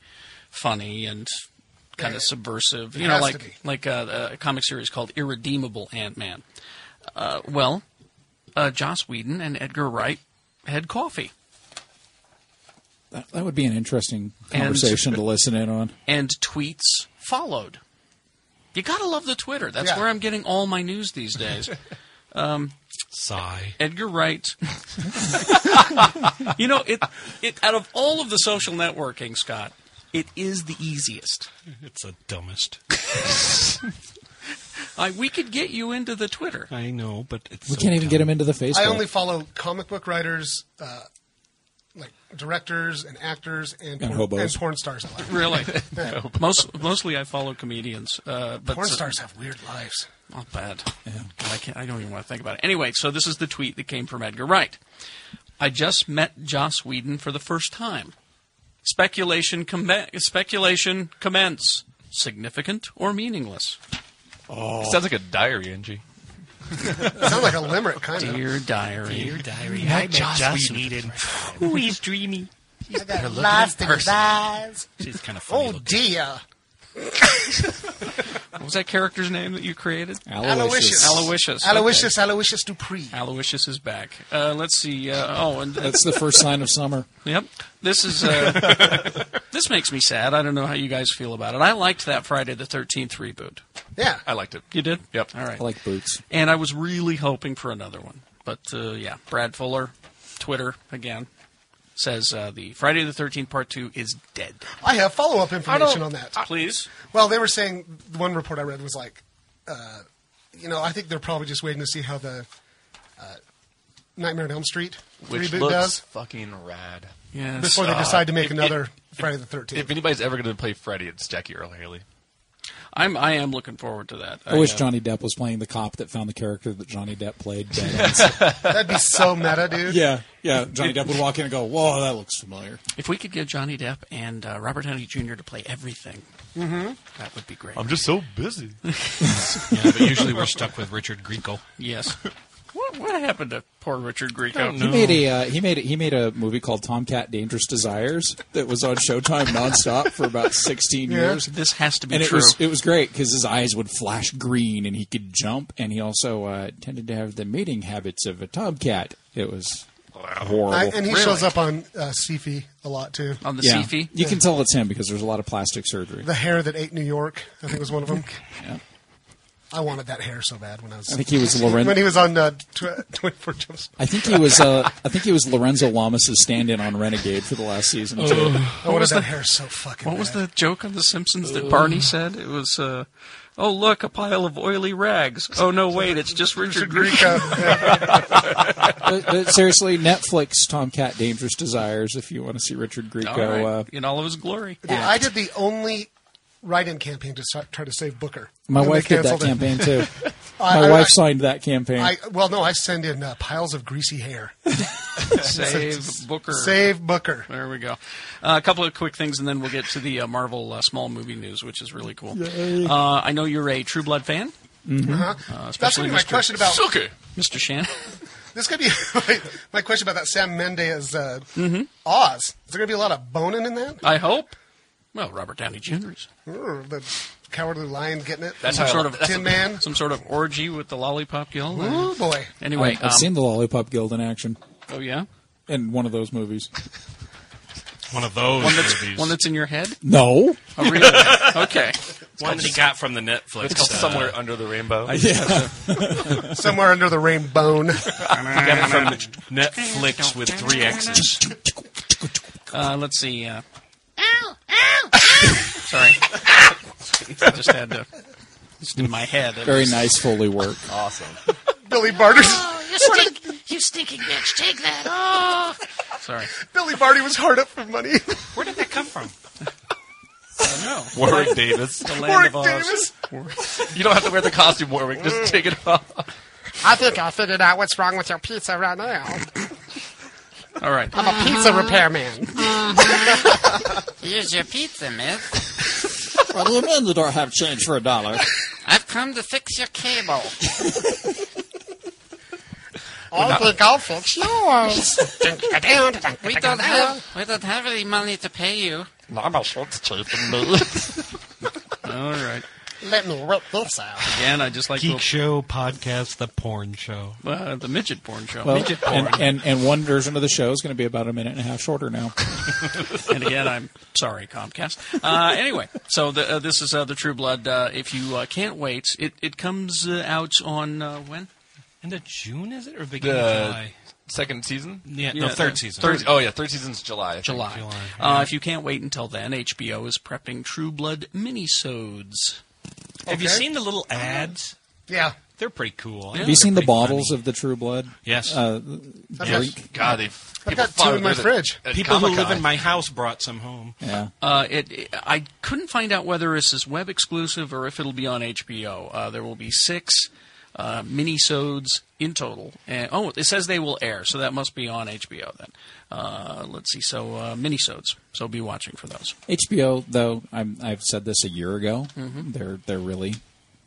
A: funny and kind of subversive, you know,
E: has to
A: like
E: be.
A: like uh, a comic series called Irredeemable Ant Man. Uh, well, uh, Joss Whedon and Edgar Wright had coffee.
B: That, that would be an interesting
A: And-
B: conversation to listen in on.
A: and tweets followed. You gotta love the Twitter. That's
E: Yeah.
A: where I'm getting all my news these days. Um,
D: Sigh.
A: Edgar Wright. you know, it, it out of all of the social networking, Scott, it is the easiest.
D: It's the dumbest.
A: I, we could get you into the Twitter.
D: I know, but it's.
B: We
D: so
B: can't even get
D: dumb.
B: him into the Facebook.
E: I only follow comic book writers, uh, like directors and actors and, porn,
B: hobos.
E: and porn stars. alike.
A: Really, most mostly I follow comedians, uh, but
E: Porn stars have weird lives.
A: Not bad. God, I, can't, I don't even want to think about it. Anyway, so this is the tweet that came from Edgar Wright. I just met Joss Whedon for the first time. Speculation, com- speculation commence. Significant or meaningless?
F: Oh. Sounds like a diary entry.
E: Sounds like a limerick, kind of.
A: Dear diary.
J: diary. I met Joss, Whedon. Who is dreamy?
I: I got lost in his eyes.
D: It's kind of funny.
E: Oh
D: looking.
E: dear!
A: What was that character's name that you created?
B: Aloysius.
A: Aloysius.
E: Aloysius, Aloysius Dupree.
A: Okay. Aloysius is back. Uh, let's see. Uh, oh, and
B: That's the first sign of summer.
A: Yep. This is uh, this makes me sad. I don't know how you guys feel about it. I liked that Friday the Thirteenth reboot.
E: Yeah,
F: I liked it.
A: You did?
F: Yep.
A: All right.
B: I like boots.
A: And I was really hoping for another one. But uh, yeah, Brad Fuller, Twitter again, says uh, the Friday the 13th part 2 is dead.
E: I have follow-up information on that.
A: Please.
E: Well, they were saying the one report I read was like, uh, you know, I think they're probably just waiting to see how the uh, Nightmare on Elm Street
F: Which
E: reboot
F: looks
E: does
F: fucking rad.
A: Yes.
E: before they decide to make
F: if-
E: another
F: if-
E: Friday the Thirteenth.
F: If anybody's ever going to play Freddy, it's Jackie Earl Haley.
A: I'm I am looking forward to that.
B: I wish
A: uh,
B: Johnny Depp was playing the cop that found the character that Johnny Depp played. dead.
E: That'd be so meta, dude.
B: yeah, yeah. Johnny Depp would walk in and go, "Whoa, that looks familiar."
A: if we could get Johnny Depp and uh, Robert Downey Jr. to play everything,
E: Mm-hmm.
A: that would be great.
F: just so busy.
D: Yeah, but usually we're stuck with Richard Grieco.
A: yes. What, what happened to poor Richard Grieco?
B: He made a uh, he made a, he made a movie called Tomcat Dangerous Desires that was on Showtime nonstop for about sixteen years.
A: This has to be
B: and it
A: true.
B: was it was great because his eyes would flash green and he could jump and he also uh, tended to have the mating habits of a tomcat. It was horrible.
E: I, and he
A: Really?
E: shows up on uh, Sci-Fi a lot too.
A: on the
B: yeah.
A: Seafy?
B: You can tell it's him because there's a lot of plastic surgery.
E: The hair that ate New York, I think was one of them.
B: Yeah.
E: I wanted that hair so bad when I was.
B: I think he was Loren-
E: when he was on uh, tw- Twenty Four Jump Street.
B: I think he was uh, I think he was Lorenzo Lamas' stand-in on Renegade for the last season. too.
E: I wanted Oh. that hair so fucking.
A: What was
E: bad.
A: the joke on The Simpsons that Barney said? It was, uh, "Oh look, a pile of oily rags. Oh no, wait, it's just Richard Grieco."
B: but, but seriously, Netflix Tomcat Dangerous Desires if you want to see Richard Grieco.
A: All right.
B: Uh,
A: in all of his glory.
E: Yeah, I did the only write-in campaign to sa- try to save Booker.
B: my
E: And they
B: wife did that
E: canceled it.
B: campaign too.
E: I-
B: My
E: I-
B: wife
E: I-
B: signed that campaign.
E: I, well, no, I send in uh, piles of greasy hair.
A: Save Booker.
E: Save Booker.
A: There we go. Uh, a couple of quick things, and then we'll get to the uh, Marvel uh, small movie news, which is really cool. Uh, I know you're a True Blood fan, Uh,
E: Uh-huh. That's
A: especially
E: going to be my
A: Mr.
E: question about.
F: Sucker.
A: Mr. Shannon.
E: This could be my, my question about that Sam Mendes uh, Oz. Is there going to be a lot of boning in that?
A: I hope. Well, Robert Downey Jr.'s
E: Or the cowardly lion getting it.
F: That's
E: Some
F: how I
E: sort
F: like-
E: of
F: that's
E: Tin Man.
A: some sort of orgy with the lollipop y'all.
E: Ooh boy.
A: Anyway,
B: I, have
A: um,
B: seen the Lollipop Guild in action
A: oh yeah,
B: in one of those movies.
D: One of those
A: one that's
D: movies.
A: one that's in your head.
B: No,
A: Oh, really? okay.
D: one he got from the Netflix.
F: It's called
D: uh,
F: Somewhere Under the Rainbow.
E: Somewhere under the rainbow.
D: he got it from the Netflix with three X's.
A: Uh, let's see. Uh, sorry, I just had to. Just in my head. it
B: Very
A: was-
B: nice Foley work.
F: awesome.
E: Billy Barter's
I: Oh, you stink! you stinking bitch! Take that! Oh,
A: Sorry.
E: Billy Barty was hard up for money.
D: Where did that come from?
A: No.
F: Warwick Davis.
A: The land
E: Warwick
A: of Oz.
E: Davis.
F: You don't have to wear the costume, Warwick. Just take it off.
I: I think I figured out what's wrong with your pizza right now.
A: All right.
I: I'm a pizza repairman. Uh-huh. Here's your pizza, miss.
B: Well, the men that don't have change for a dollar.
I: I've come to fix your cable. I think I'll fix yours. we don't have we don't have any money to pay you.
A: All right.
I: Let me rip this out.
A: Again, I just like
J: Geek
A: the,
J: Show podcast, the porn show.
A: uh, the midget porn show.
B: Well, and, and, and one version of the show is going to be about a minute and a half shorter now.
A: and again, I'm sorry, Comcast. Uh, anyway, so the, uh, this is uh, the True Blood. Uh, if you uh, can't wait, it it comes uh, out on uh, when?
J: End of June is it or beginning
F: The-
J: of July?
F: Second season?
J: Yeah,
A: yeah,
J: no, third
A: uh,
J: season.
F: Third, oh, yeah. Third season's July. I think.
A: July.
J: July,
A: Uh, if you can't wait until then, HBO is prepping True Blood minisodes.
J: Have you
E: Okay.
J: seen the little ads?
E: Yeah.
J: They're pretty cool.
A: Yeah.
B: Have you seen the bottles of the True Blood?
J: Yes.
B: Uh,
E: I've
B: drink?
E: got,
F: God, they
E: I've got two in my fridge.
J: People who live in my house brought some home.
B: Yeah.
A: Uh, it, it- I couldn't find out whether this is web exclusive or if it'll be on HBO. Uh, there will be six uh, minisodes in total. And, oh, it says they will air, so that must be on HBO then. Uh, let's see. So uh, minisodes. So be watching for those.
B: HBO, though, I'm, I've said this a year ago.
A: Mm-hmm.
B: They're they're really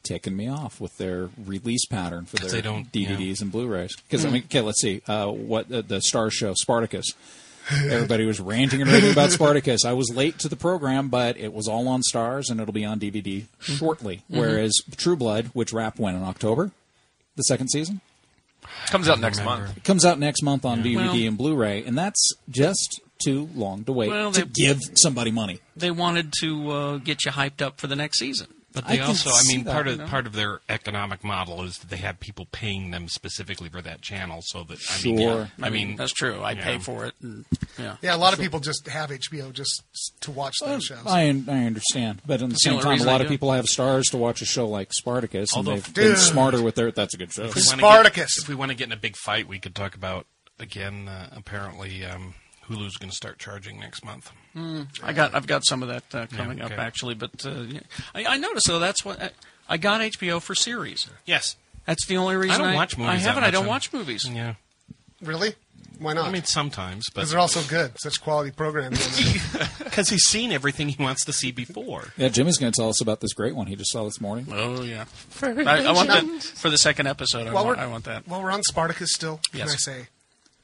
B: taking me off with their release pattern for their
J: they don't-
B: DVDs and Blu-rays. Because I
A: Hmm.
B: mean, okay, let's see uh, what uh, the star show Spartacus. Everybody was ranting and raving about Spartacus. I was late to the program, but it was all on Stars, and it'll be on DVD
A: Mm-hmm.
B: shortly. Whereas True Blood, which wrapped when in October, the second season,
F: Comes out next month.
B: it comes out next month on DVD
A: Well-
B: and Blu-ray, and that's just too long to wait
A: Well,
B: to
A: they-
B: give somebody money.
A: They wanted to uh, get you hyped up for the next season.
D: But
B: I
D: they
B: can
D: also, I
B: see
D: mean,
B: that,
D: part of
B: you know?
D: part of their economic model is that they have people paying them specifically for that channel, so that I mean,
B: Sure.
D: yeah,
A: I, mean, that's true. I
D: yeah.
A: pay for it. And, yeah.
E: Yeah, a lot of people just have HBO just s- to watch those shows.
B: I I understand, but at the same
A: only
B: time, a
A: reason
B: lot
A: they
B: of
A: do it.
B: people have stars to watch a show like Spartacus,
D: Although-
B: and they've been
E: Dude.
B: smarter with their. That's a good show.
D: If we wanna
E: Spartacus.
D: Get, if we want to get in a big fight, we could talk about again. Uh, apparently, um, Hulu's going to start charging next month.
A: Hmm. I got I've got some of that uh, coming up
D: okay.
A: actually, but uh, yeah. I, I noticed though that's what I, I got HBO for series.
D: Yes,
A: That's the only reason
D: I don't watch movies.
A: I
D: that
A: haven't. I
D: much.
A: don't
D: I'm-
A: watch movies.
D: Yeah,
E: really? Why
D: I
E: not?
D: mean sometimes, but
E: Because they're also good. Such quality programming.
D: because he's seen everything he wants to see before.
B: Yeah, Jimmy's going to tell us about this great one he just saw this morning.
A: Oh yeah. I, I want that for the second episode. I,
E: While
A: want,
E: we're-
A: I want that.
E: While we're on Spartacus still, can
A: Yes.
E: I say,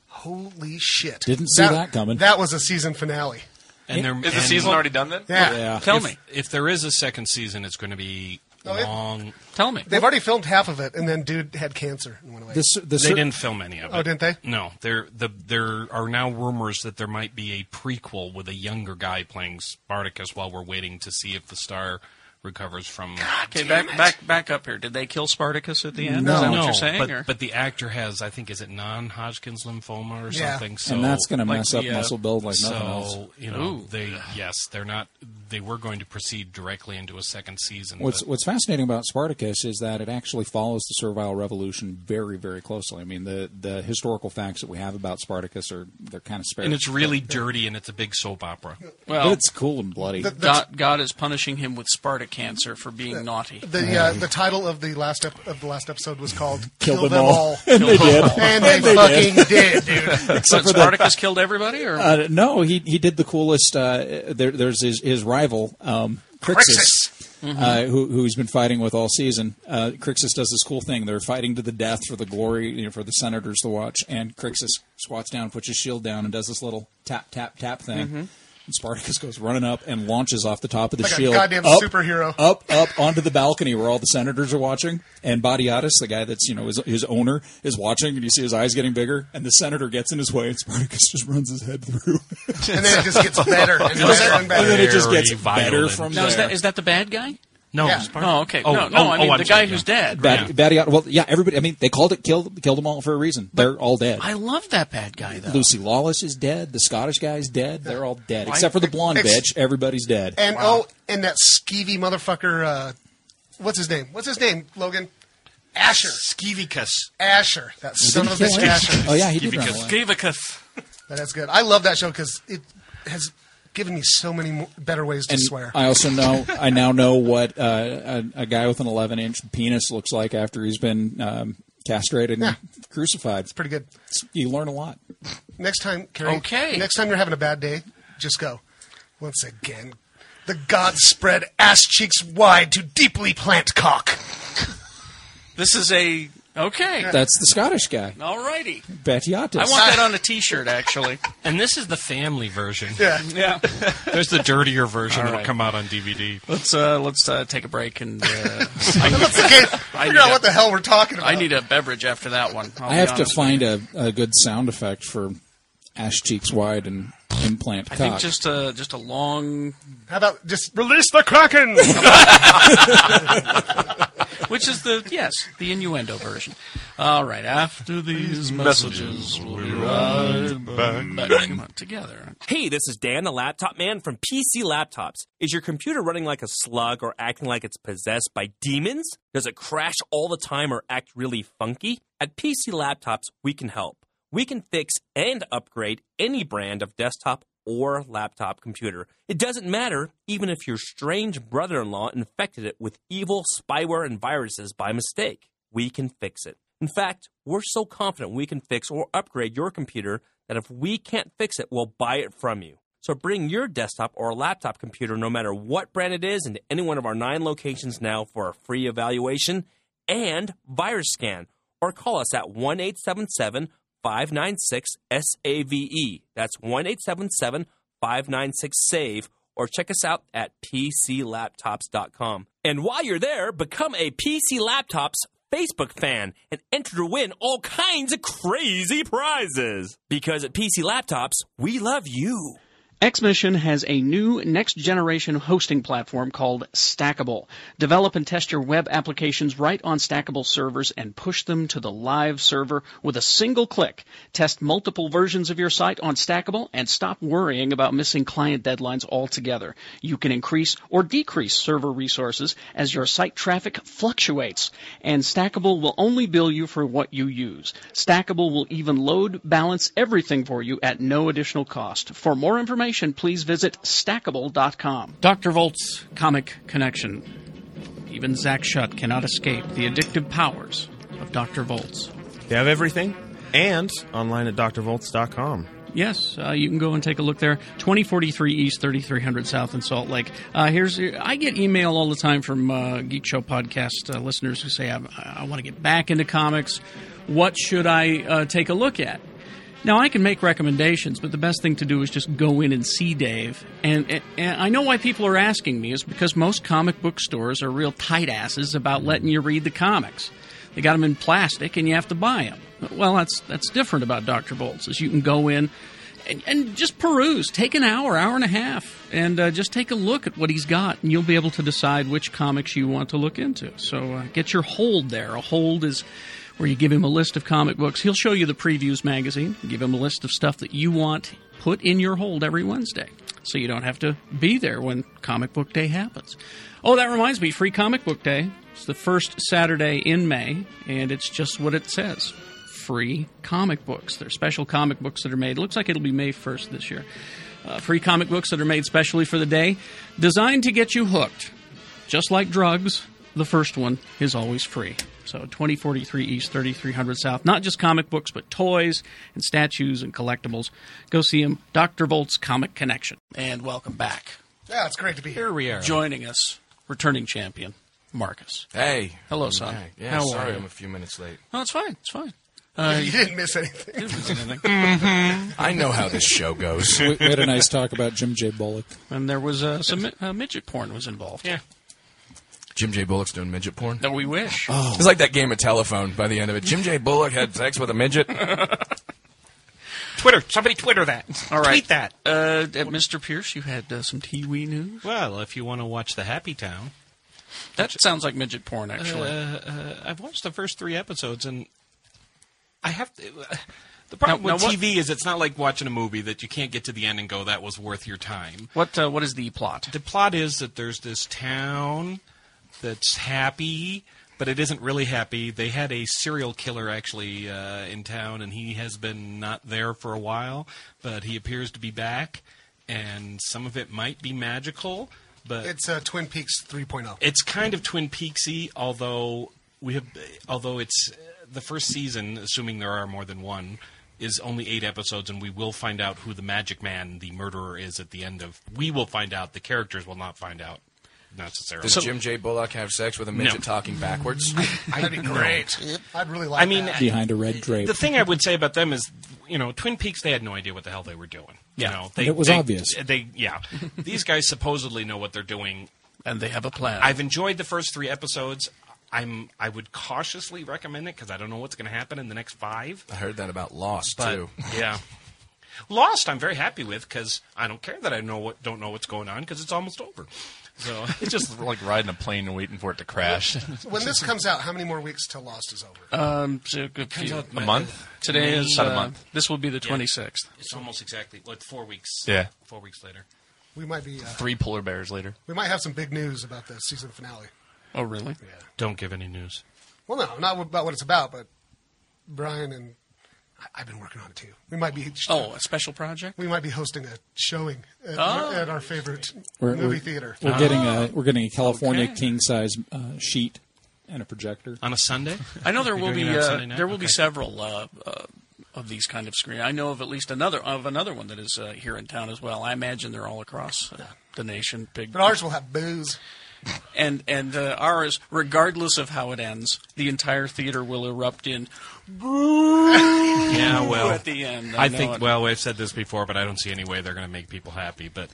E: holy shit.
B: Didn't see that coming.
E: That was a season finale.
D: And there
F: Is the
D: and-
F: season already done then?
E: Yeah.
B: Yeah,
A: Tell
D: if,
A: me.
D: if there is a second season, it's going to be
E: No, it-
D: long.
A: Tell me.
E: They've already filmed half of it, and then dude had cancer and went away.
B: this the
D: They
B: cer-
D: didn't film any of it.
E: Oh, didn't they?
D: No, there the there are now rumors that there might be a prequel with a younger guy playing Spartacus while we're waiting to see if the star recovers from.
A: Okay, back back back up here. Did they kill Spartacus at the end?
B: No.
A: Is that
D: no,
A: what you're saying?
D: but,
A: or-
D: but the actor has, I think, is it non-Hodgkin's lymphoma or
E: Yeah.
D: something? So
B: and that's going to
A: like
B: mess
A: the,
B: up
A: uh,
B: muscle build like
D: so
B: nothing else.
D: you know
A: Ooh.
D: they yes they're not they were going to proceed directly into a second season.
B: What's
D: but
B: What's fascinating about Spartacus is that it actually follows the Servile Revolution very, very closely. I mean, the the historical facts that we have about Spartacus are they're kind of spare,
D: and it's really dirty and it's a big soap opera.
B: but
A: well,
B: it's cool and bloody.
E: The- the-
A: God, God is punishing him with Sparta cancer for being naughty.
E: The uh, the title of the last ep- of the last episode was called
B: Kill
E: "Kill,
B: Them
E: Them,
B: All."
E: All,"
B: And they did.
E: and they, fucking did, dude.
A: But
B: for the-
A: Spartacus killed everybody, or
B: Uh, no, he he did the coolest. Uh, there, there's his his rival, um, Crixus, uh, who who's been fighting with all season. Uh, Crixus does this cool thing. They're fighting to the death for the glory, you know, for the senators to watch. And Crixus squats down, puts his shield down, and does this little tap tap tap thing. And Spartacus goes running up and launches off the top of the
E: Mm-hmm. Like a
B: shield.
E: goddamn
B: up,
E: superhero.
B: Up, up onto the balcony where all the senators are watching. And Badiatis, the guy that's, you know, his, his owner, is watching. And you see his eyes getting bigger. And the senator gets in his way. And Spartacus just runs his head through.
E: And then it just gets better and better and
B: And then
E: better.
B: it just gets
D: Very
B: better
D: violent.
B: from
A: now is
B: there.
A: that is that the bad guy?
D: No,
A: Yeah.
D: it's part-
A: no, okay.
D: Oh,
A: no, no,
D: oh,
A: I mean
D: oh, I'm
A: the guy
D: sorry,
A: who's
D: yeah.
A: dead.
B: Bad,
A: right?
B: bad, well, yeah, everybody. I mean, they called it killed killed them all for a reason. They're all dead.
A: I love that bad guy though.
B: Lucy Lawless is dead. The Scottish guy's dead. They're all dead
A: Why?
B: except for the blonde
A: Ex-
B: bitch. Everybody's dead.
E: And oh, and that skeevy motherfucker. Uh, what's his name? What's his name? Logan. Asher.
D: Skeevicus.
E: Asher. That
D: He
E: son
D: did
E: of a bitch.
D: kill him.
E: Asher.
D: Oh, yeah, he did run away. Skeevicus.
E: That's good. I love that show because it has given me so many mo better ways to
B: and
E: swear.
B: I also know I now know what uh, a, a guy with an 11 inch penis looks like after he's been um, castrated and crucified. It's
E: pretty good.
B: You learn a lot.
E: Next time, Carrie.
B: Okay.
E: Next time you're having a bad day, just go. Once again, the gods spread ass cheeks wide to deeply plant cock.
A: This is a okay.
B: That's the Scottish guy,
A: All righty.
B: Batiatis.
A: I want that on a T-shirt, actually.
D: And this is the family version.
A: Yeah. Yeah.
D: There's the dirtier version
A: All
D: that'll
A: right.
D: come out on DVD.
A: Let's uh, let's uh, take a break and uh,
E: figure out what the hell we're talking
A: I need a beverage after that one. I'll
B: I
A: be
B: have to
A: honest.
B: find a, a good sound effect for ash cheeks wide and implant
A: I
B: cock.
A: think just a just a long.
E: How about just release the kraken?
A: Which is the yes the innuendo version. All right. After these messages, we'll be right back. Come on, together.
K: Hey, this is Dan, the Laptop Man from PC Laptops. Is your computer running like a slug or acting like it's possessed by demons? Does it crash all the time or act really funky? At PC Laptops, we can help. We can fix and upgrade any brand of desktop or laptop computer. It doesn't matter even if your strange brother in law infected it with evil spyware and viruses by mistake. We can fix it. In fact, we're so confident we can fix or upgrade your computer that if we can't fix it, we'll buy it from you. So bring your desktop or laptop computer, no matter what brand it is, into any one of our nine locations now for a free evaluation and virus scan, or call us at 1 877 596 SAVE. E. That's 1 877 596 SAVE, or check us out at PCLaptops.com. And while you're there, become a PC Laptops Facebook fan and enter to win all kinds of crazy prizes. Because at PC Laptops, we love you.
L: Xmission has a new next generation hosting platform called Stackable. Develop and test your web applications right on Stackable servers and push them to the live server with a single click. Test multiple versions of your site on Stackable and stop worrying about missing client deadlines altogether. You can increase or decrease server resources as your site traffic fluctuates. And Stackable will only bill you for what you use. Stackable will even load, balance everything for you at no additional cost. For more information, please visit stackable.com.
A: Dr. Volt's Comic Connection. Even Zack Shutt cannot escape the addictive powers of Dr. Volt's.
G: They have everything, and online at drvolts.com.
A: Yes, uh, you can go and take a look there. 2043 East, 3300 South in Salt Lake. Uh, here's I get email all the time from uh, Geek Show podcast uh, listeners who say, I, I want to get back into comics. What should I uh, take a look at? Now, I can make recommendations, but the best thing to do is just go in and see Dave. And, and, and I know why people are asking me is because most comic book stores are real tight asses about letting you read the comics. They got them in plastic, and you have to buy them. Well, that's that's different about Doctor Bolt's. Is you can go in and, and just peruse, take an hour, hour and a half, and uh, just take a look at what he's got, and you'll be able to decide which comics you want to look into. So uh, get your hold there. A hold is where you give him a list of comic books. He'll show you the previews magazine, give him a list of stuff that you want put in your hold every Wednesday. So you don't have to be there when comic book day happens. Oh, that reminds me, free comic book day. It's the first Saturday in May, and it's just what it says. Free comic books. They're special comic books that are made. It looks like it'll be May 1st this year. Uh, free comic books that are made specially for the day, designed to get you hooked. Just like drugs, the first one is always free. So 2043 East, 3300 South. Not just comic books, but toys and statues and collectibles. Go see him, Dr. Volt's Comic Connection. And welcome back.
E: Yeah, it's great to be here.
A: Here we are. Joining us, returning champion, Marcus.
F: Hey. Mm,
A: Hello, son.
F: Hey, yeah,
A: How are
F: sorry,
A: you? Uh,
F: I'm a few minutes late.
A: No, it's fine. It's fine.
E: you didn't miss anything.
A: Mm-hmm.
F: I know how this show goes.
B: we, we had a nice talk about Jim J. Bullock.
A: And there was uh, some uh, midget porn was involved. Yeah.
F: Jim J. Bullock's doing midget porn.
A: That we wish.
M: Oh.
F: It's like that game of telephone by the end of it. Jim J. Bullock had sex with a midget.
J: Twitter, somebody Twitter that.
A: All right.
J: Tweet that.
A: Uh, at Mr. Pierce, you had uh, some Tiwi news.
D: Well, if you want to watch the Happy Town,
A: That sounds like midget porn, actually.
D: Uh, uh, I've watched the first three episodes, and I have to. uh,
A: Now-
D: the problem with
A: now what-
D: TV is it's not like watching a movie that you can't get to the end and go, "That was worth your time."
A: What uh, What is the plot?
D: The plot is that there's this town that's happy, but it isn't really happy. They had a serial killer actually uh, in town, and he has been not there for a while, but he appears to be back. And some of it might be magical, but
E: It's uh, Twin Peaks oh. 3.0.
D: it's kind of Twin Peaksy, although we have, although it's the first season, assuming there are more than one, is only eight episodes, and we will find out who the Magic Man, the murderer, is at the end of. We will find out. The characters will not find out necessarily.
M: Does Jim J. Bullock have sex with a midget
D: No.
M: talking backwards?
D: That'd be great.
E: I'd really like
D: I mean,
M: that.
B: Behind a red drape.
D: The thing I would say about them is, you know, Twin Peaks, they had no idea what the hell they were doing.
B: Yeah.
D: You know,
B: And it was obvious.
D: They, yeah. These guys supposedly know what they're doing.
A: And they have a plan.
D: I've enjoyed the first three episodes. I'm, I would cautiously recommend it because I don't know what's going to happen in the next five.
M: I heard that about Lost
D: But,
M: too.
D: yeah. Lost, I'm very happy with because I don't care that I know what don't know what's going on because it's almost over. So
F: it's just like riding a plane and waiting for it to crash.
E: when this comes out, how many more weeks till Lost is over?
A: Um, so a,
D: Comes
A: few-
D: out A month?
A: Today
D: May-
A: is
D: About a
A: uh,
D: month.
A: This will be the
D: Yeah.
A: twenty sixth.
D: It's almost exactly like four weeks.
F: Yeah.
D: four weeks later.
E: We might be. Uh,
F: Three polar bears later.
E: We might have some big news about the season finale.
A: Oh, really?
E: Yeah.
D: Don't give any news.
E: Well, no, not about what it's about, but Brian and I- I've been working on it too. We might be.
A: Oh, a special project.
E: We might be hosting a showing at,
A: Oh.
E: at our favorite
B: We're,
E: movie
B: we're-
E: theater.
B: We're getting a we're getting a California king size uh, sheet and a projector
D: on a Sunday.
A: I know there
B: You're
A: will
B: doing
A: be
B: it on
A: uh,
B: Sunday night?
A: there will be
B: Okay.
A: several uh, uh, of these kind of screen. I know of at least another of another one that is uh, here in town as well. I imagine they're all across uh, the nation. Big,
E: But ours will have booze.
A: and and uh, ours, regardless of how it ends, the entire theater will erupt in boo.
D: Yeah, well,
A: at the end,
D: I,
A: know
D: think.
A: it.
D: Well, I've said this before, but I don't see any way they're going to make people happy. But,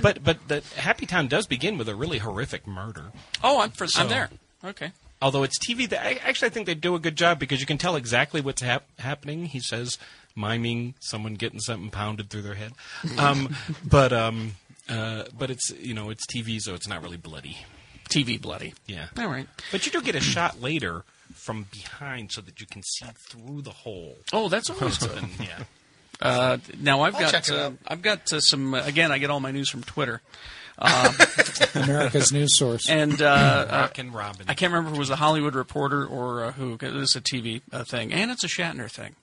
D: but, but the Happy Town does begin with a really horrific murder.
A: Oh, I'm for,
D: So-
A: I'm there. Okay.
D: Although it's TV, that, I, actually, I think they do a good job because you can tell exactly what's hap- happening. He says, miming someone getting something pounded through their head. Um, but, um, uh, but it's you know it's TV, so it's not really bloody.
A: TV bloody.
D: Yeah.
A: All right.
D: But you do get a shot later from behind, so that you can see through the hole.
A: Oh, that's always good.
D: yeah.
A: Uh, now I've
D: I'll check
A: got
D: it
A: uh,
D: out.
A: I've got uh, some uh, again. I get all my news from Twitter. Um,
B: America's news source.
A: and uh, uh,
D: Rockin' Robin.
A: I can't remember if it was the Hollywood Reporter or uh, who. 'cause This is a TV uh, thing, and it's a Shatner thing.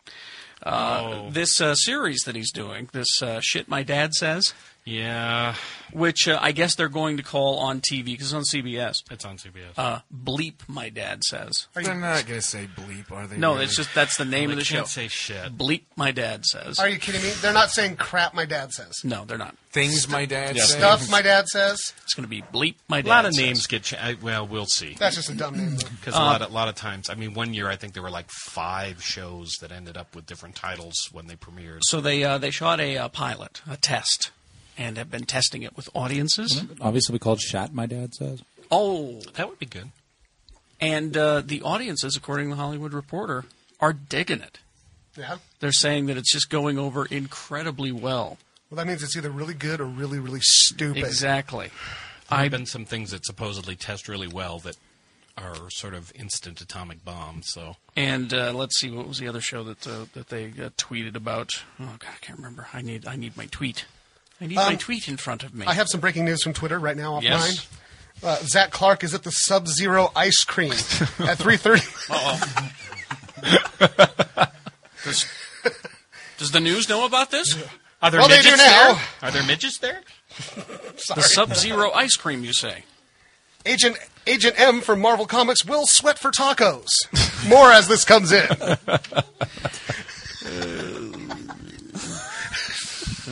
A: Uh,
D: Oh.
A: This uh, series that he's doing, this uh, shit my dad says.
D: Yeah.
A: Which uh, I guess they're going to call on TV because it's on CBS.
D: It's on CBS.
A: Uh, bleep, my dad says.
M: They're not gonna say bleep, are they?
A: No,
M: really?
A: it's just that's the name
M: Well,
A: of the
M: they can't
A: show.
M: say
D: shit.
A: Bleep, my dad says.
E: Are you kidding me? They're not saying crap. My dad says
A: No, they're not.
M: Things my dad
A: Yeah.
M: says.
E: stuff. My dad says
A: It's going to be bleep. My
D: a
A: dad.
D: lot of
A: says.
D: names get cha- I- well. We'll see.
E: that's just a dumb name. Though.
D: because
A: Uh,
D: a lot, a lot of times. I mean, one year I think there were like five shows that ended up with different titles when they premiered.
A: So they uh, they shot a uh, pilot, a test, and have been testing it with audiences.
B: obviously called Shat. My dad says.
A: Oh,
D: Mm-hmm. that would be good.
A: And uh, the audiences, according to the Hollywood Reporter, are digging it.
E: Yeah.
A: They're saying that it's just going over incredibly well.
E: Well, that means it's either really good or really, really stupid.
A: Exactly.
D: There
A: I-
D: have been some things that supposedly test really well that are sort of instant atomic bombs. So
A: And uh, let's see, what was the other show that uh, that they uh, tweeted about? Oh God, I can't remember. I need I need my tweet. I need my
E: Um,
A: tweet in front of me.
E: I have some breaking news from Twitter right now offline.
A: Yes.
E: Uh, Zach Clark is at the Sub Zero ice cream at three thirty.
A: does, does the news know about this?
D: Are
E: there Well, they do midgets now. there?
D: Are there midgets there?
A: The Sub Zero ice cream, you say?
E: Agent Agent M from Marvel Comics will sweat for tacos. More as this comes in.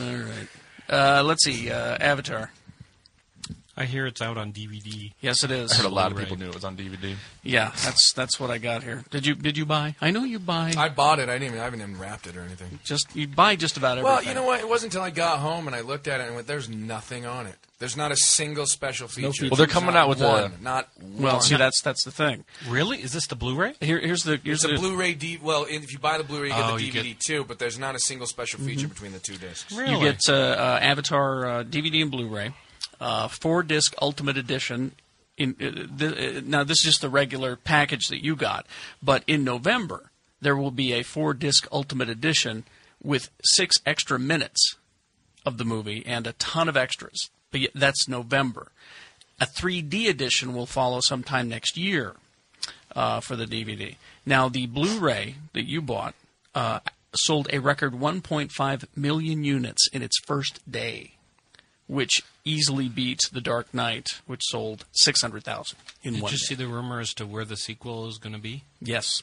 A: All right. Uh, let's see. Uh, Avatar.
D: I hear it's out on DVD.
A: Yes, it is.
F: I heard a lot of people knew it was on DVD.
A: Yeah, that's that's what I got here. Did you did you buy? I know you buy.
M: I bought it. I didn't. Even, I haven't even wrapped it or anything.
A: Just you buy just about everything.
M: Well, you know what? It wasn't until I got home and I looked at it and went, "There's nothing on it. There's not a single special feature."
F: Well, they're coming
M: Not
F: out with
M: one,
F: a
M: not
A: Well,
M: one.
A: see, that's that's the thing.
D: Really? Is this the Blu-ray?
A: Here, here's the here's
M: It's a
A: the
M: Blu-ray. D- well, if you buy the Blu-ray, you get
A: Oh,
M: the
A: you
M: DVD too. But there's not a single special feature
A: Mhm.
M: between the two discs.
A: You get uh, uh, Avatar uh, DVD and Blu-ray, uh, four disc Ultimate Edition in uh, th- uh, now this is just the regular package that you got, but in November there will be a four disc Ultimate Edition with six extra minutes of the movie and a ton of extras. But yet- that's November. A 3D edition will follow sometime next year uh, for the DVD. Now, the Blu ray that you bought uh, sold a record 1.5 million units in its first day, which easily beat The Dark Knight, which sold 600,000 in
D: Did
A: one
D: you
A: day.
D: see the rumor as to where the sequel is going to be?
A: Yes.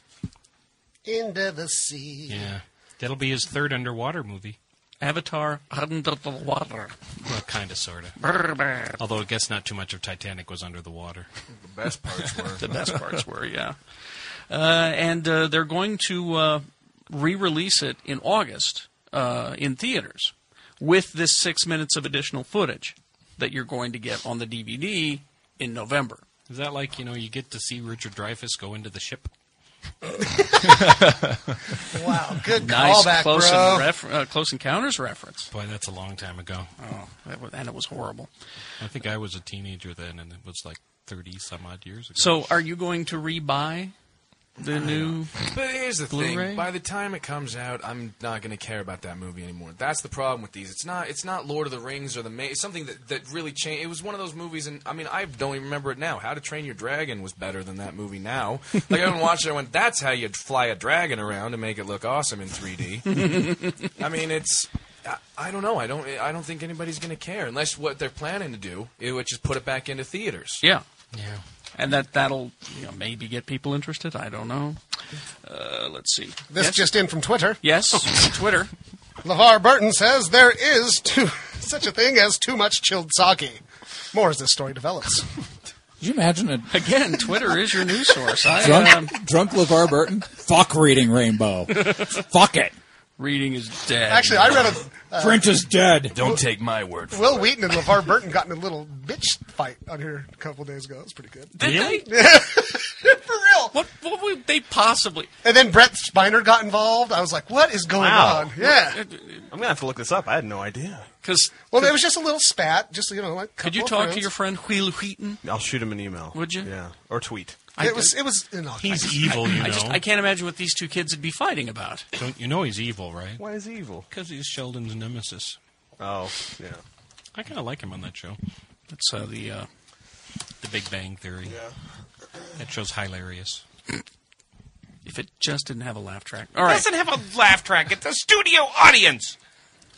E: Into the sea.
D: Yeah. That'll be his third underwater movie.
A: Avatar Under the Water.
D: Well, kind of, sort
A: Brr,
D: of.
A: brr.
D: Although I guess not too much of Titanic was under the water.
A: The best parts were. The best parts were, yeah. Uh, and uh, they're going to uh, re-release it in August uh, in theaters with this six minutes of additional footage that you're going to get on the DVD in November.
D: Is that like, you know, you get to see Richard Dreyfuss go into the ship?
E: Wow, good
A: nice
E: callback,
A: close,
E: bro.
A: and refer- uh, close Encounters reference.
D: Boy, that's a long time ago.
A: Oh, that was, and it was horrible.
D: I think I was a teenager then, and it was like 30 some odd years ago.
A: So, are you going to re-buy the new?
M: But here's the
A: Blu-ray?
M: thing: by the time it comes out, I'm not going to care about that movie anymore. That's the problem with these. It's not. It's not Lord of the Rings or the Ma- it's something that that really changed. It was one of those movies, and I mean, I don't even remember it now. How to Train Your Dragon was better than that movie now. Like I haven't watched it. I went, that's how you fly a dragon around and make it look awesome in 3D. I mean, it's. I, I don't know. I don't. I don't think anybody's going to care unless what they're planning to do, eh, which is put it back into theaters.
A: Yeah. Yeah. And that that'll you know, maybe get people interested. I don't know. Uh, let's see.
E: This
A: Yes?
E: just in from Twitter.
A: Yes, Twitter.
E: LeVar Burton says there is too, such a thing as too much chilled sake. More as this story develops.
B: Could you imagine a
A: Again, Twitter is your news source. I, um,
B: drunk, drunk LeVar Burton? Fuck reading Rainbow. Fuck it.
A: uh, Reading is dead.
E: Actually, I read a. uh,
B: French is dead.
E: Don't
B: take my word
E: Will Wheaton and LeVar Burton got in a little bitch fight on here a couple days ago. It was pretty good.
A: Did
E: they? For real.
A: What, what would they possibly?
E: And then Brett Spiner got involved. I was like, what is going
G: Wow.
E: on? Oh Yeah.
G: I'm gonna have to look this up. I had no idea.
A: Because
E: Well, it was just a little spat. Just, you know, like.
A: Could you
E: couple of
A: talk to
E: friends.
A: your friend Wheel Wheaton?
G: I'll shoot him an email.
A: Would you?
G: Yeah, or tweet.
E: It was. It was. No,
D: He's
E: I just-
D: evil, you
A: I
D: know.
A: just I can't imagine what these two kids would be fighting about.
D: Don't you know he's evil, right?
G: Why is he evil?
D: Because he's Sheldon's nemesis.
G: Oh, yeah.
D: I kind of like him on that show.
A: That's uh, the uh,
D: The Big Bang Theory. Yeah. That show's hilarious.
A: If it just didn't have a laugh track. All right.
J: Doesn't have a laugh track. It's a studio audience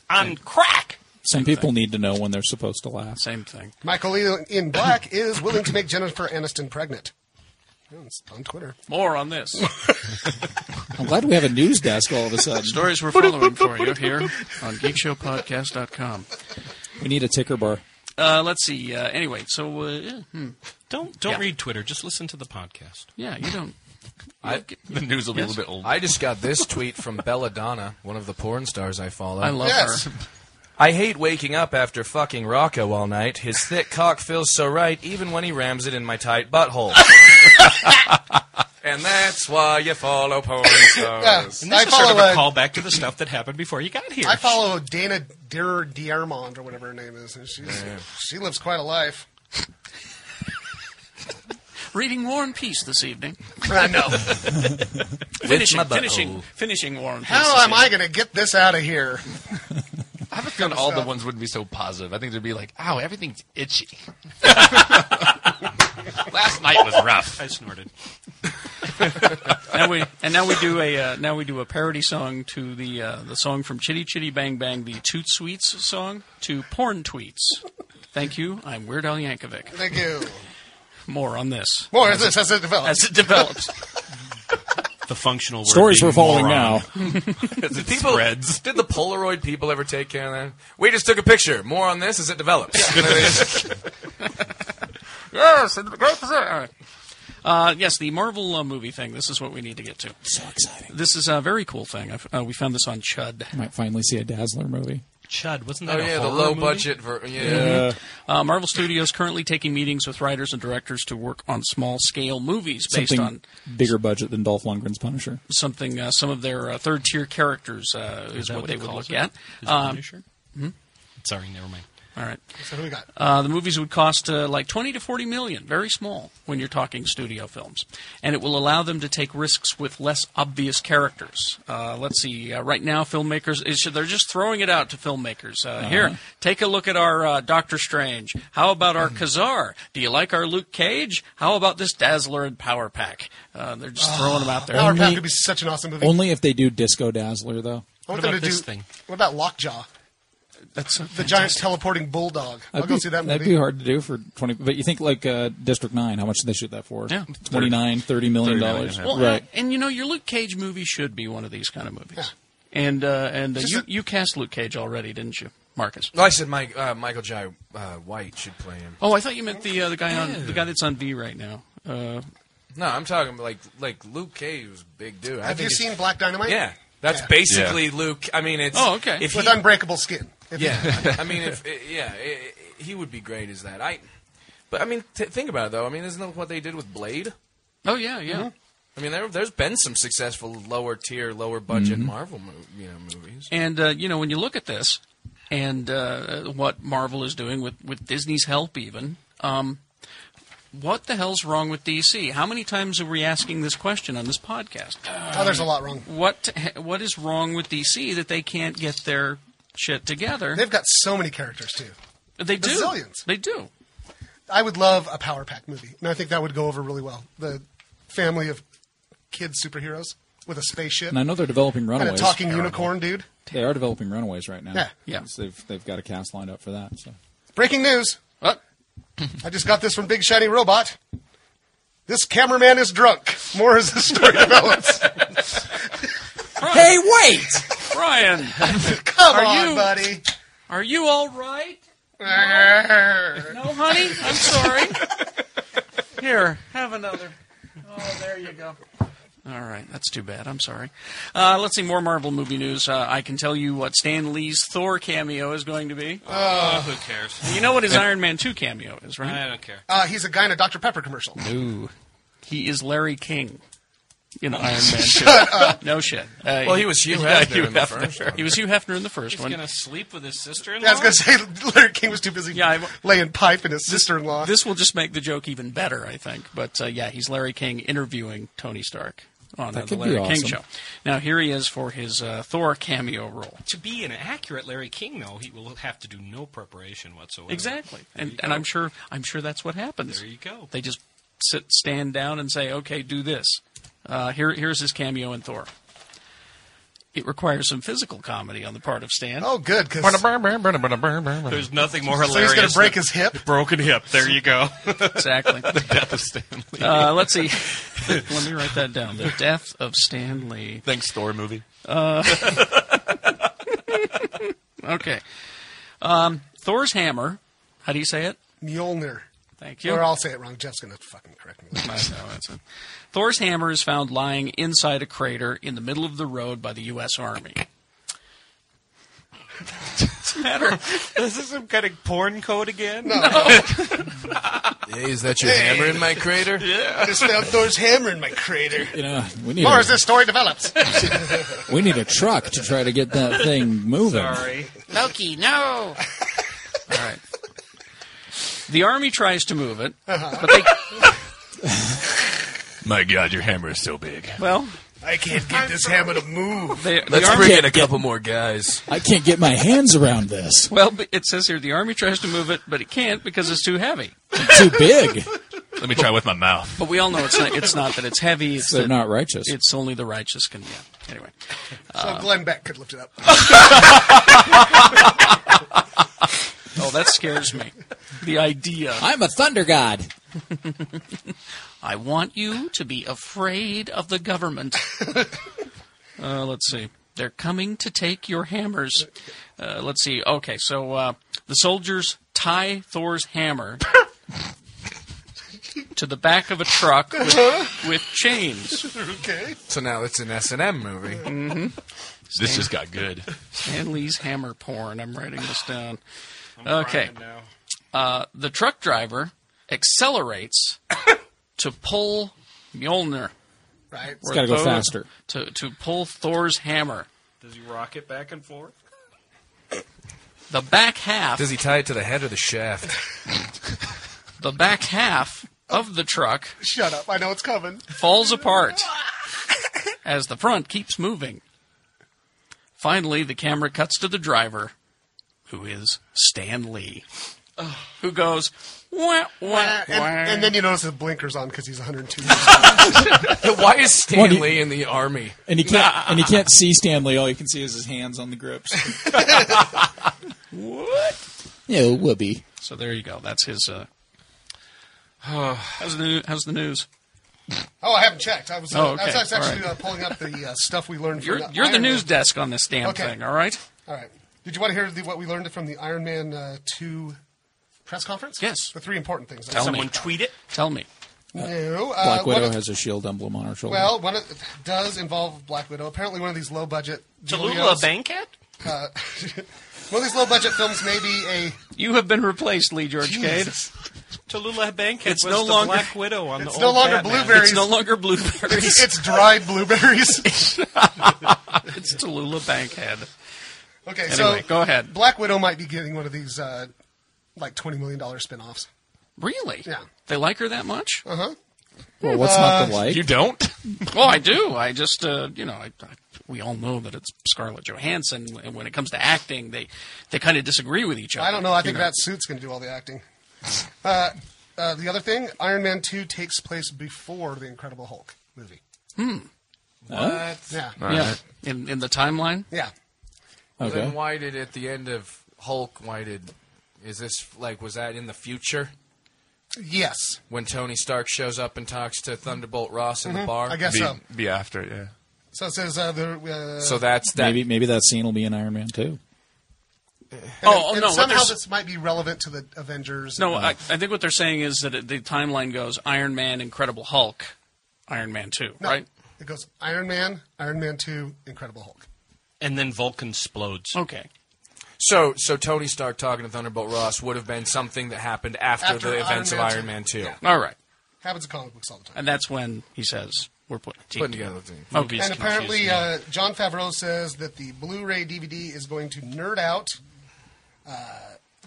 J: on crack.
B: Some people need to know when they're supposed to laugh.
A: Same thing.
E: Michael Lee in black is willing to make Jennifer Aniston pregnant. Yeah, It's on Twitter.
A: More on this.
B: I'm glad we have a news desk all of a sudden.
A: Stories we're following for you here on GeekShowPodcast.com.
B: We need a ticker bar.
A: Uh, let's see. Uh, anyway, so uh, yeah, hmm.
D: Don't don't
A: Yeah.
D: read Twitter. Just listen to the podcast.
A: Yeah, you don't.
M: I,
D: The news will be a little bit old.
M: I just got this tweet from Belladonna, one of the porn stars I follow.
A: I love Yes. her.
M: I hate waking up after fucking Rocco all night. His thick cock feels so right, even when he rams it in my tight butthole. and that's why you follow porn stars.
E: Yeah.
D: And this
E: I
D: is sort of
E: follow
D: a
E: a-
D: callback to the stuff that happened before you got here.
E: I follow Dana Dir Diermond or whatever her name is. And she's, she lives quite a life.
A: Reading War and Peace this evening.
E: I know.
A: finishing,
E: my butthole.
A: finishing, finishing War and Peace.
E: How am I going to get this out of here?
F: I have a feeling all the ones wouldn't be so positive. I think they'd be like, "Ow, Oh, everything's itchy." Last night was rough.
D: I snorted.
A: now we and now we do a uh, now we do a parody song to the uh, the song from Chitty Chitty Bang Bang, the Toot Sweets song to porn tweets. Thank you. I'm Weird Al Yankovic.
E: Thank you.
A: More on this.
E: More as this as it develops.
A: As it develops.
D: The functional word
B: Stories
D: being
B: we're following
D: moron.
M: Did people- Did the Polaroid people ever take care of that? We just took a picture. More on this as it develops.
A: yes, Uh, yes, the Marvel uh, movie thing. This is what we need to get to. So
B: exciting!
A: This is a very cool thing. I've, uh, we found this on Chud.
B: I might finally see a Dazzler movie.
D: Chud, wasn't
M: Oh,
D: that a
M: yeah, the
D: horror
M: low
D: movie?
M: budget ver- yeah.
B: Yeah.
A: Uh, Marvel Studios currently taking meetings with writers and directors to work on small scale movies based
B: Something
A: on
B: bigger budget than Dolph Lundgren's Punisher.
A: something uh, some of their uh, third tier characters uh, is,
D: that
A: what
D: what
A: they
D: it
A: would
D: calls
A: look
D: it?
A: at. Um,
D: Is it Punisher?
A: hmm?
D: Sorry, never mind.
A: All right.
E: So who we got?
A: Uh, the movies would cost uh, like 20 to 40 million, very small when you're talking studio films. And it will allow them to take risks with less obvious characters. Uh, let's see, uh, right now, filmmakers, it's, they're just throwing it out to filmmakers. Uh,
D: Uh-huh.
A: Here, take a look at our uh, Doctor Strange. How about our Kazar? Do you like our Luke Cage? How about this Dazzler and Power Pack? Uh, they're
D: Ah.
A: just throwing them out there.
E: Power Pack would be such an awesome movie.
B: Only if they do Disco Dazzler, though.
E: I want them to do, What about Lockjaw?
A: That's
E: the giant teleporting bulldog. I'll
B: That'd
E: go
B: be-
E: see that movie.
B: That'd be hard to do for 20. But you think, like, uh, District 9, how much did they shoot that for?
A: Yeah.
B: 29, 30 million dollars.
A: Well,
B: right.
A: uh, and you know, your Luke Cage movie should be one of these kind of movies. And uh, and uh,
M: Just
A: you
M: a-
A: you cast Luke Cage already, didn't you, Marcus?
M: Well, I said Mike, uh, Michael Jai uh, White should play him.
A: Oh, I thought you meant the uh, the guy on
M: Yeah.
A: the guy that's on V right now. Uh,
M: No, I'm talking like like Luke Cage was a big dude. I
E: Have you
M: think it's-
E: seen Black Dynamite?
M: Yeah, that's
E: Yeah.
M: basically Luke. I mean, it's
A: Oh,
M: If
E: With
M: he,
E: unbreakable skin. If he-
M: yeah, I mean, if yeah, i i he would be great as that. I, but I mean, t- think about it though. I mean, isn't that what they did with Blade? Mm-hmm.
A: Oh yeah, yeah.
M: I mean, there, there's been some successful lower tier, lower budget
A: Mhm.
M: Marvel mo- you know, movies.
A: And uh, you know, when you look at this and uh, what Marvel is doing with with Disney's help, even. Um, what the hell's wrong with DC? How many times are we asking this question on this podcast?
E: Oh, there's a lot wrong.
A: What what is wrong with DC that they can't get their shit together?
E: They've got so many characters too.
A: They do.
E: Bazillions.
A: They do.
E: I would love a Power Pack movie, and I think that would go over really well. The family of kid superheroes with a spaceship.
B: And I know they're developing
E: And a
B: Runaways.
E: talking unicorn dude.
B: They are developing Runaways right now.
E: Yeah.
A: Yeah.
B: So they've, they've got a cast lined up for that. So.
E: Breaking news.
A: What?
E: I just got this from Big Shiny Robot. This cameraman is drunk. More as the story develops.
A: hey, wait! Brian!
E: Come
A: Are
E: on,
A: you-
E: buddy.
A: Are you all right?
E: No,
A: No, honey, I'm sorry. Here, have another. Oh, there you go. All right, that's too bad. I'm sorry. Uh, let's see more Marvel movie news. Uh, I can tell you what Stan Lee's Thor cameo is going to be.
D: Uh, who cares?
A: You know what his Iron Man 2 cameo is, right?
D: I don't care.
E: Uh, he's a guy in a Dr. Pepper commercial.
A: No. He is Larry King in Iron Man 2.
E: Shut up.
A: No shit. Uh,
M: Well, he was Hugh Hefner in the first one.
A: He was Hugh Hefner in the first
D: He's
A: one.
D: gonna sleep with his sister.
E: Yeah, I was going to say Larry King was too busy laying pipe in his sister-in-law.
A: This will just make the joke even better, I think. But uh, yeah, he's Larry King interviewing Tony Stark on
B: That
A: uh, the
B: could be
A: Larry King
B: awesome.
A: show. Now here he is for his uh, Thor cameo role.
D: To be an accurate Larry King, though, he will have to do no preparation whatsoever.
A: Exactly,
D: There
A: and
D: you
A: and
D: go.
A: I'm sure I'm sure that's what happens.
D: There you go.
A: They just sit, stand down, and say, "Okay, do this." Uh, here here's his cameo in Thor. It requires some physical comedy on the part of Stan.
E: Oh, good. Cause
D: There's nothing more
A: So he's gonna
D: hilarious.
A: break
D: than
E: his hip.
D: Broken hip. There you go.
A: exactly.
D: the death of Stanley.
A: Uh, let's see. Let me write that down. The death of Stan Lee.
F: Thanks, Thor movie.
A: Uh, okay. Um, Thor's hammer. How do you say it?
E: Mjolnir.
A: Thank you.
E: Or I'll say it wrong. Jeff's going to fucking correct me.
A: I know, that's it. Thor's hammer is found lying inside a crater in the middle of the road by the U.S. Army. What's the matter?
D: This is some kind of porn code again.
M: Hey, is that your hammer in my crater?
E: I just found Thor's hammer in my crater.
B: You know, we need,
E: More as
B: a,
E: this story develops.
B: we need a truck to try to get that thing moving.
I: Loki, no.
A: All right. The army tries to move it,
E: Uh-huh.
A: but they
F: My God, your hammer is so big.
A: well.
E: I can't get this hammer to move.
A: They, the
M: Let's
A: army-
M: bring in a couple more guys.
B: I can't get my hands around this.
A: Well, but it says here the army tries to move it, but it can't because it's too heavy.
B: It's too big.
F: Let me try with my mouth.
A: But we all know it's not. It's not that it's heavy. It's
B: They're
A: that
B: not righteous.
A: It's only the righteous can. Yeah. Anyway. Uh,
E: So Glenn Beck could lift it up.
A: Oh, that scares me. The idea.
B: I'm a thunder god.
A: I want you to be afraid of the government. uh, let's see. They're coming to take your hammers. Uh, let's see. Okay, so uh, the soldiers tie Thor's hammer to the back of a truck with, with chains.
E: okay.
M: So now it's an S and M movie.
A: Mm-hmm.
F: This just got good.
A: Stanley's hammer porn. I'm writing this down. okay. Uh, the truck driver accelerates to pull Mjolnir.
E: Right.
B: It's gotta go
A: Thor-
B: faster.
A: To, to pull Thor's hammer.
D: Does he rock it back and forth?
A: The back half.
M: Does he tie it to the head or the shaft?
A: the back half of the truck
E: Shut up. I know it's coming.
A: falls apart as the front keeps moving. Finally, the camera cuts to the driver, who is Stan Lee, who goes, wah, wah,
E: And,
A: wah.
E: and then you notice the blinker's on because he's 102 years old.
M: Why is
B: Well, do you-
M: Stanley in the army?
B: And he can't. And he can't see Stanley. All you can see is his hands on the grips.
A: what?
B: No, whoopee.
A: So there you go. That's his. Uh, "Oh, how's, the, new- how's the news?
E: Oh, I haven't checked. I was, uh,
A: Oh, okay.
E: I was- I was
A: All
E: actually
A: right.
E: uh, pulling up the uh, stuff we learned
A: You're,
E: from the
A: you're the
E: Iron
A: news
E: Man.
A: desk on this damn
E: Okay.
A: thing, all right?
E: All right. Did you want to hear the, what we learned from the Iron Man uh, 2 press conference? Yes. The three important things.
A: Tell me.
D: it?
A: Tell me.
E: No. Uh,
B: Black
E: one
B: Widow
E: of-
B: has a shield emblem on her shoulder.
E: Well, one of, it does involve Black Widow. Apparently, one of these low budget.
D: Tallulah Bankhead?
E: Uh, one of these low budget films may be a.
A: You have been replaced, Lee George Cade.
D: Tallulah Bankhead
A: It's
D: was
A: no
D: the
A: longer-
D: Black Widow on
E: It's
D: the
E: no
D: old
E: longer
D: Batman.
E: blueberries.
A: It's no longer blueberries.
E: It's, it's dried blueberries.
A: it's Tallulah Bankhead.
E: Okay,
A: anyway,
E: so
A: go ahead.
E: Black Widow might be getting one of these uh, like twenty million dollar spin-offs.
A: Really?
E: Yeah.
A: They like her that much?
E: Uh huh.
B: Well, what's not the
E: Uh,
B: like?
A: You don't? well, I do. I just, uh, you know, I, I, we all know that it's Scarlett Johansson. And when it comes to acting, they, they kind of disagree with each other.
E: I don't know. I think
A: you know.
E: that suit's going to do all the acting. Uh, uh, the other thing, Iron Man two takes place before the Incredible Hulk movie.
A: Hmm.
E: What? Yeah.
A: Yeah. In, in the timeline?
E: Yeah.
M: Well,
A: Okay.
M: Then why did at the end of Hulk? Why did is this like was that in the future
E: Yes.
M: when Tony Stark shows up and talks to Thunderbolt Ross in the
E: Mhm.
M: bar?
E: I guess Be- so.
M: Be after it, yeah.
E: So it says uh, the. Uh,
M: So that's that.
B: Maybe maybe that scene will be in Iron Man too.
E: and-
A: Oh, oh,
E: and
A: no, what
E: Somehow
A: there's-
E: this might be relevant to the Avengers. Uh,
A: No, I, I think what they're saying is that it, the timeline goes Iron Man, Incredible Hulk, Iron Man 2,
E: No.
A: right?
E: It goes Iron Man, Iron Man two, Incredible Hulk.
D: And then Vulcan explodes.
A: Okay.
M: So so Tony Stark talking to Thunderbolt Ross would have been something that happened after,
E: After
M: the
E: Iron
M: events
E: Man
M: of Iron
E: two.
M: Man Two.
E: Yeah.
A: All right.
E: Happens in comic books all the time.
A: And that's when he says, we're putting, a team
M: Putting together a team.
A: Okay.
E: and apparently, uh, John Favreau says that the Blu-ray DVD is going to nerd out. Uh,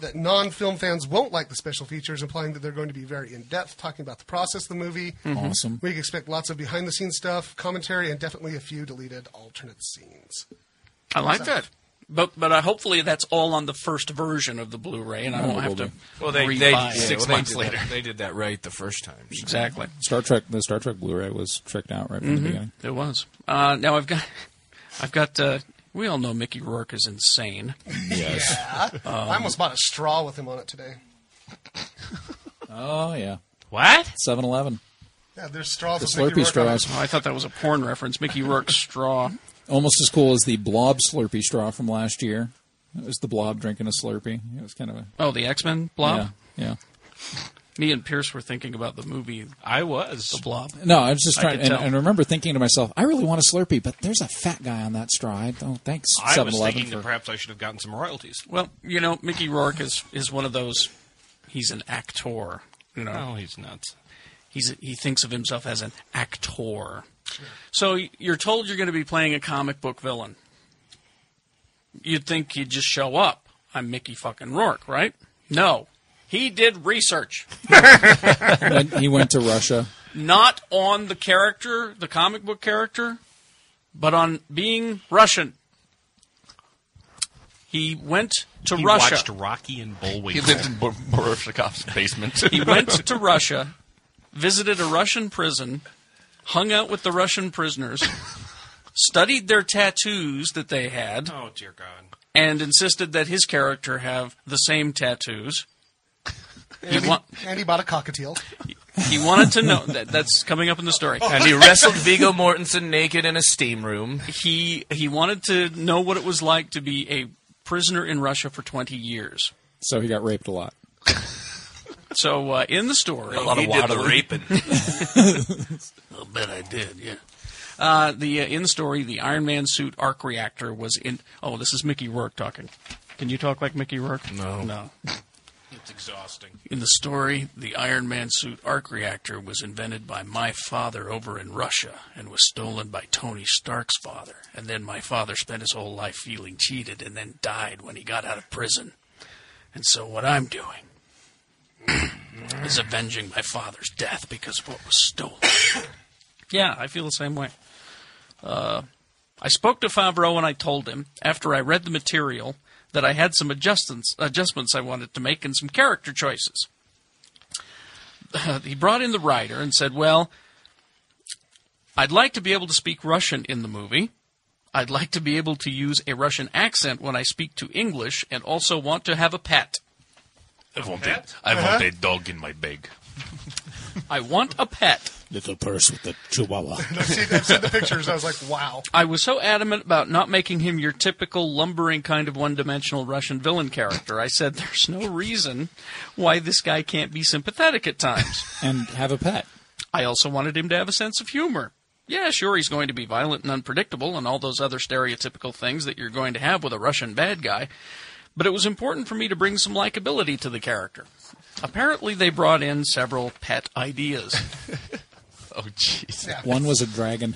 E: that non-film fans won't like the special features, implying that they're going to be very in-depth talking about the process of the movie.
A: Mm-hmm.
B: Mhm. Awesome.
E: We expect lots of behind-the-scenes stuff, commentary, and definitely a few deleted alternate scenes.
A: I like
E: So-
A: that. But but uh, hopefully that's all on the first version of the Blu-ray, and I
M: Oh,
A: won't have to.
D: Well, they-
A: rebuy
D: they-
A: it.
D: yeah, Six well, they months
M: did that- they did that right the first time. so.
A: Exactly.
B: Star Trek. The Star Trek Blu-ray was tricked out right from
A: Mhm.
B: the beginning.
A: It was. Uh, now I've got, I've got. Uh, we all know Mickey Rourke is insane. Um,
B: Yes. Um,
E: Yeah, I almost bought a straw with him on it today.
B: Oh yeah.
D: What?
B: 7-Eleven.
E: Yeah, there's straws.
B: The
E: with Mickey
B: Slurpee
E: Rourke on it.
B: straws.
A: Oh, I thought that was a porn reference. Mickey Rourke's straw.
B: Almost as cool as the Blob Slurpee straw from last year. It was the Blob drinking a Slurpee. It was kind of a
A: Oh, the X Men blob.
B: Yeah.
A: Me and Pierce were thinking about the movie.
D: I was
A: the blob.
B: yeah. No, I was just trying,
A: could
B: and,
A: tell.
B: and I remember thinking to myself, I really want a Slurpee, but there's a fat guy on that straw. I don't thanks
D: I was
B: 7-Eleven
D: thinking
B: for
D: that perhaps I should have gotten some royalties.
A: Well, you know, Mickey Rourke is is one of those. He's an actor. You know.
D: No, Oh, he's nuts.
A: He's he thinks of himself as an actor. So you're told you're going to be playing a comic book villain. You'd think you'd just show up. I'm Mickey fucking Rourke, right? No. He did research.
B: Went- he went to Russia.
A: Not on the character, the comic book character, but on being Russian. He went to
D: he
A: Russia.
D: watched Rocky and Bullwinkle.
F: He lived in Bor- Borishikov's basement.
A: he went to Russia, visited a Russian prison, hung out with the Russian prisoners, studied their tattoos that they had,
D: Oh dear God!
A: and insisted that his character have the same tattoos. He,
E: And he,
A: wa-
E: and he bought a cockatiel.
A: he wanted to know that that's coming up in the story.
M: And he wrestled Vigo Mortensen naked in a steam room.
A: He he wanted to know what it was like to be a prisoner in Russia for 20 years.
B: So he got raped a lot.
A: So uh, in the story,
D: A lot of He did the waddling. raping.
A: I bet I did. Yeah. Uh, the uh, in the story, the Iron Man suit arc reactor was in. Oh, this is Mickey Rourke talking. Can you talk like Mickey Rourke? No. No.
D: It's exhausting.
A: In the story, the Iron Man suit arc reactor was invented by my father over in Russia and was stolen by Tony Stark's father. And then my father spent his whole life feeling cheated and then died when he got out of prison. And so what I'm doing is avenging my father's death because of what was stolen. yeah, I feel the same way. Uh, I spoke to Favreau and I told him, after I read the material, that I had some adjustments, adjustments I wanted to make and some character choices. he brought in the writer and said, Well, I'd like to be able to speak Russian in the movie. I'd like to be able to use a Russian accent when I speak to English and also want to have a pet.
F: I want, a, I
A: Uh-huh.
F: want a dog in my bag.
A: I want a pet.
B: Little purse with the chihuahua.
E: I've seen, I've seen the pictures. I was like, wow.
A: I was so adamant about not making him your typical lumbering kind of one dimensional Russian villain character. I said, there's no reason why this guy can't be sympathetic at times.
B: and have a pet.
A: I also wanted him to have a sense of humor. Yeah, sure, he's going to be violent and unpredictable and all those other stereotypical things that you're going to have with a Russian bad guy, but it was important for me to bring some likability to the character. Apparently, they brought in several pet ideas. oh, jeez.
B: One was a dragon.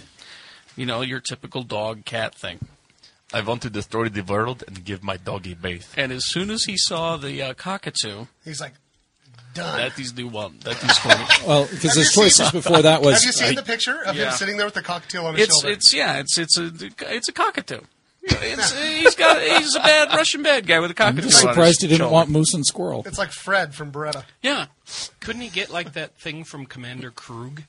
A: You know, your typical dog cat thing.
F: I want to destroy the world and give my dog a bath.
A: And as soon as he saw the uh, cockatoo,
E: he's like, done.
A: that is the one. That is for me.
B: Well, because his choices before that was.
E: Have you seen the picture of
A: Yeah.
E: him sitting there with the cocktail on his
A: It's,
E: shoulder?
A: it's, yeah, it's, it's a, it's a cockatoo. It's, he's got, he's a bad Russian bad guy with a
B: I'm
A: cockatoo.
B: just
A: on his
B: surprised he didn't
A: shoulder.
B: want moose and squirrel.
E: It's like Fred from Beretta.
A: Yeah.
D: Couldn't he get like that thing from Commander Krug?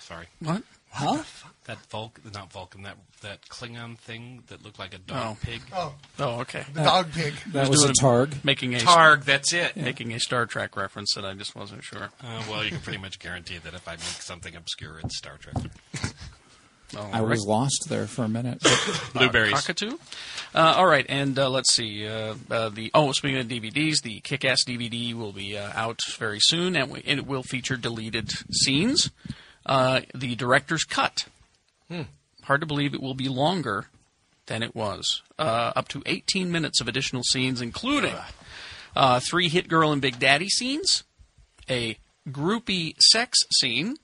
D: Sorry.
A: What?
B: Huh?
D: That Vulcan, not Vulcan, that that Klingon thing that looked like a
A: Oh.
D: dog pig.
E: Oh.
A: Oh, okay.
E: The dog pig.
B: That
A: I
B: was a
A: doing
B: targ.
A: Making a
D: Targ, that's it.
A: Making a Star Trek reference that I just wasn't sure.
D: Uh, well, you can pretty much guarantee that if I make something obscure, it's Star Trek.
A: Oh,
B: I was lost there for a minute.
A: Uh, cockatoo. Uh, all right, and uh, let's see. Uh, uh, the oh, speaking of DVDs, the Kick-Ass DVD will be uh, out very soon, and, we, and it will feature deleted scenes. Uh, the director's cut. Hard to believe it will be longer than it was. Uh, up to 18 minutes of additional scenes, including uh, three Hit Girl and Big Daddy scenes, a groupie sex scene.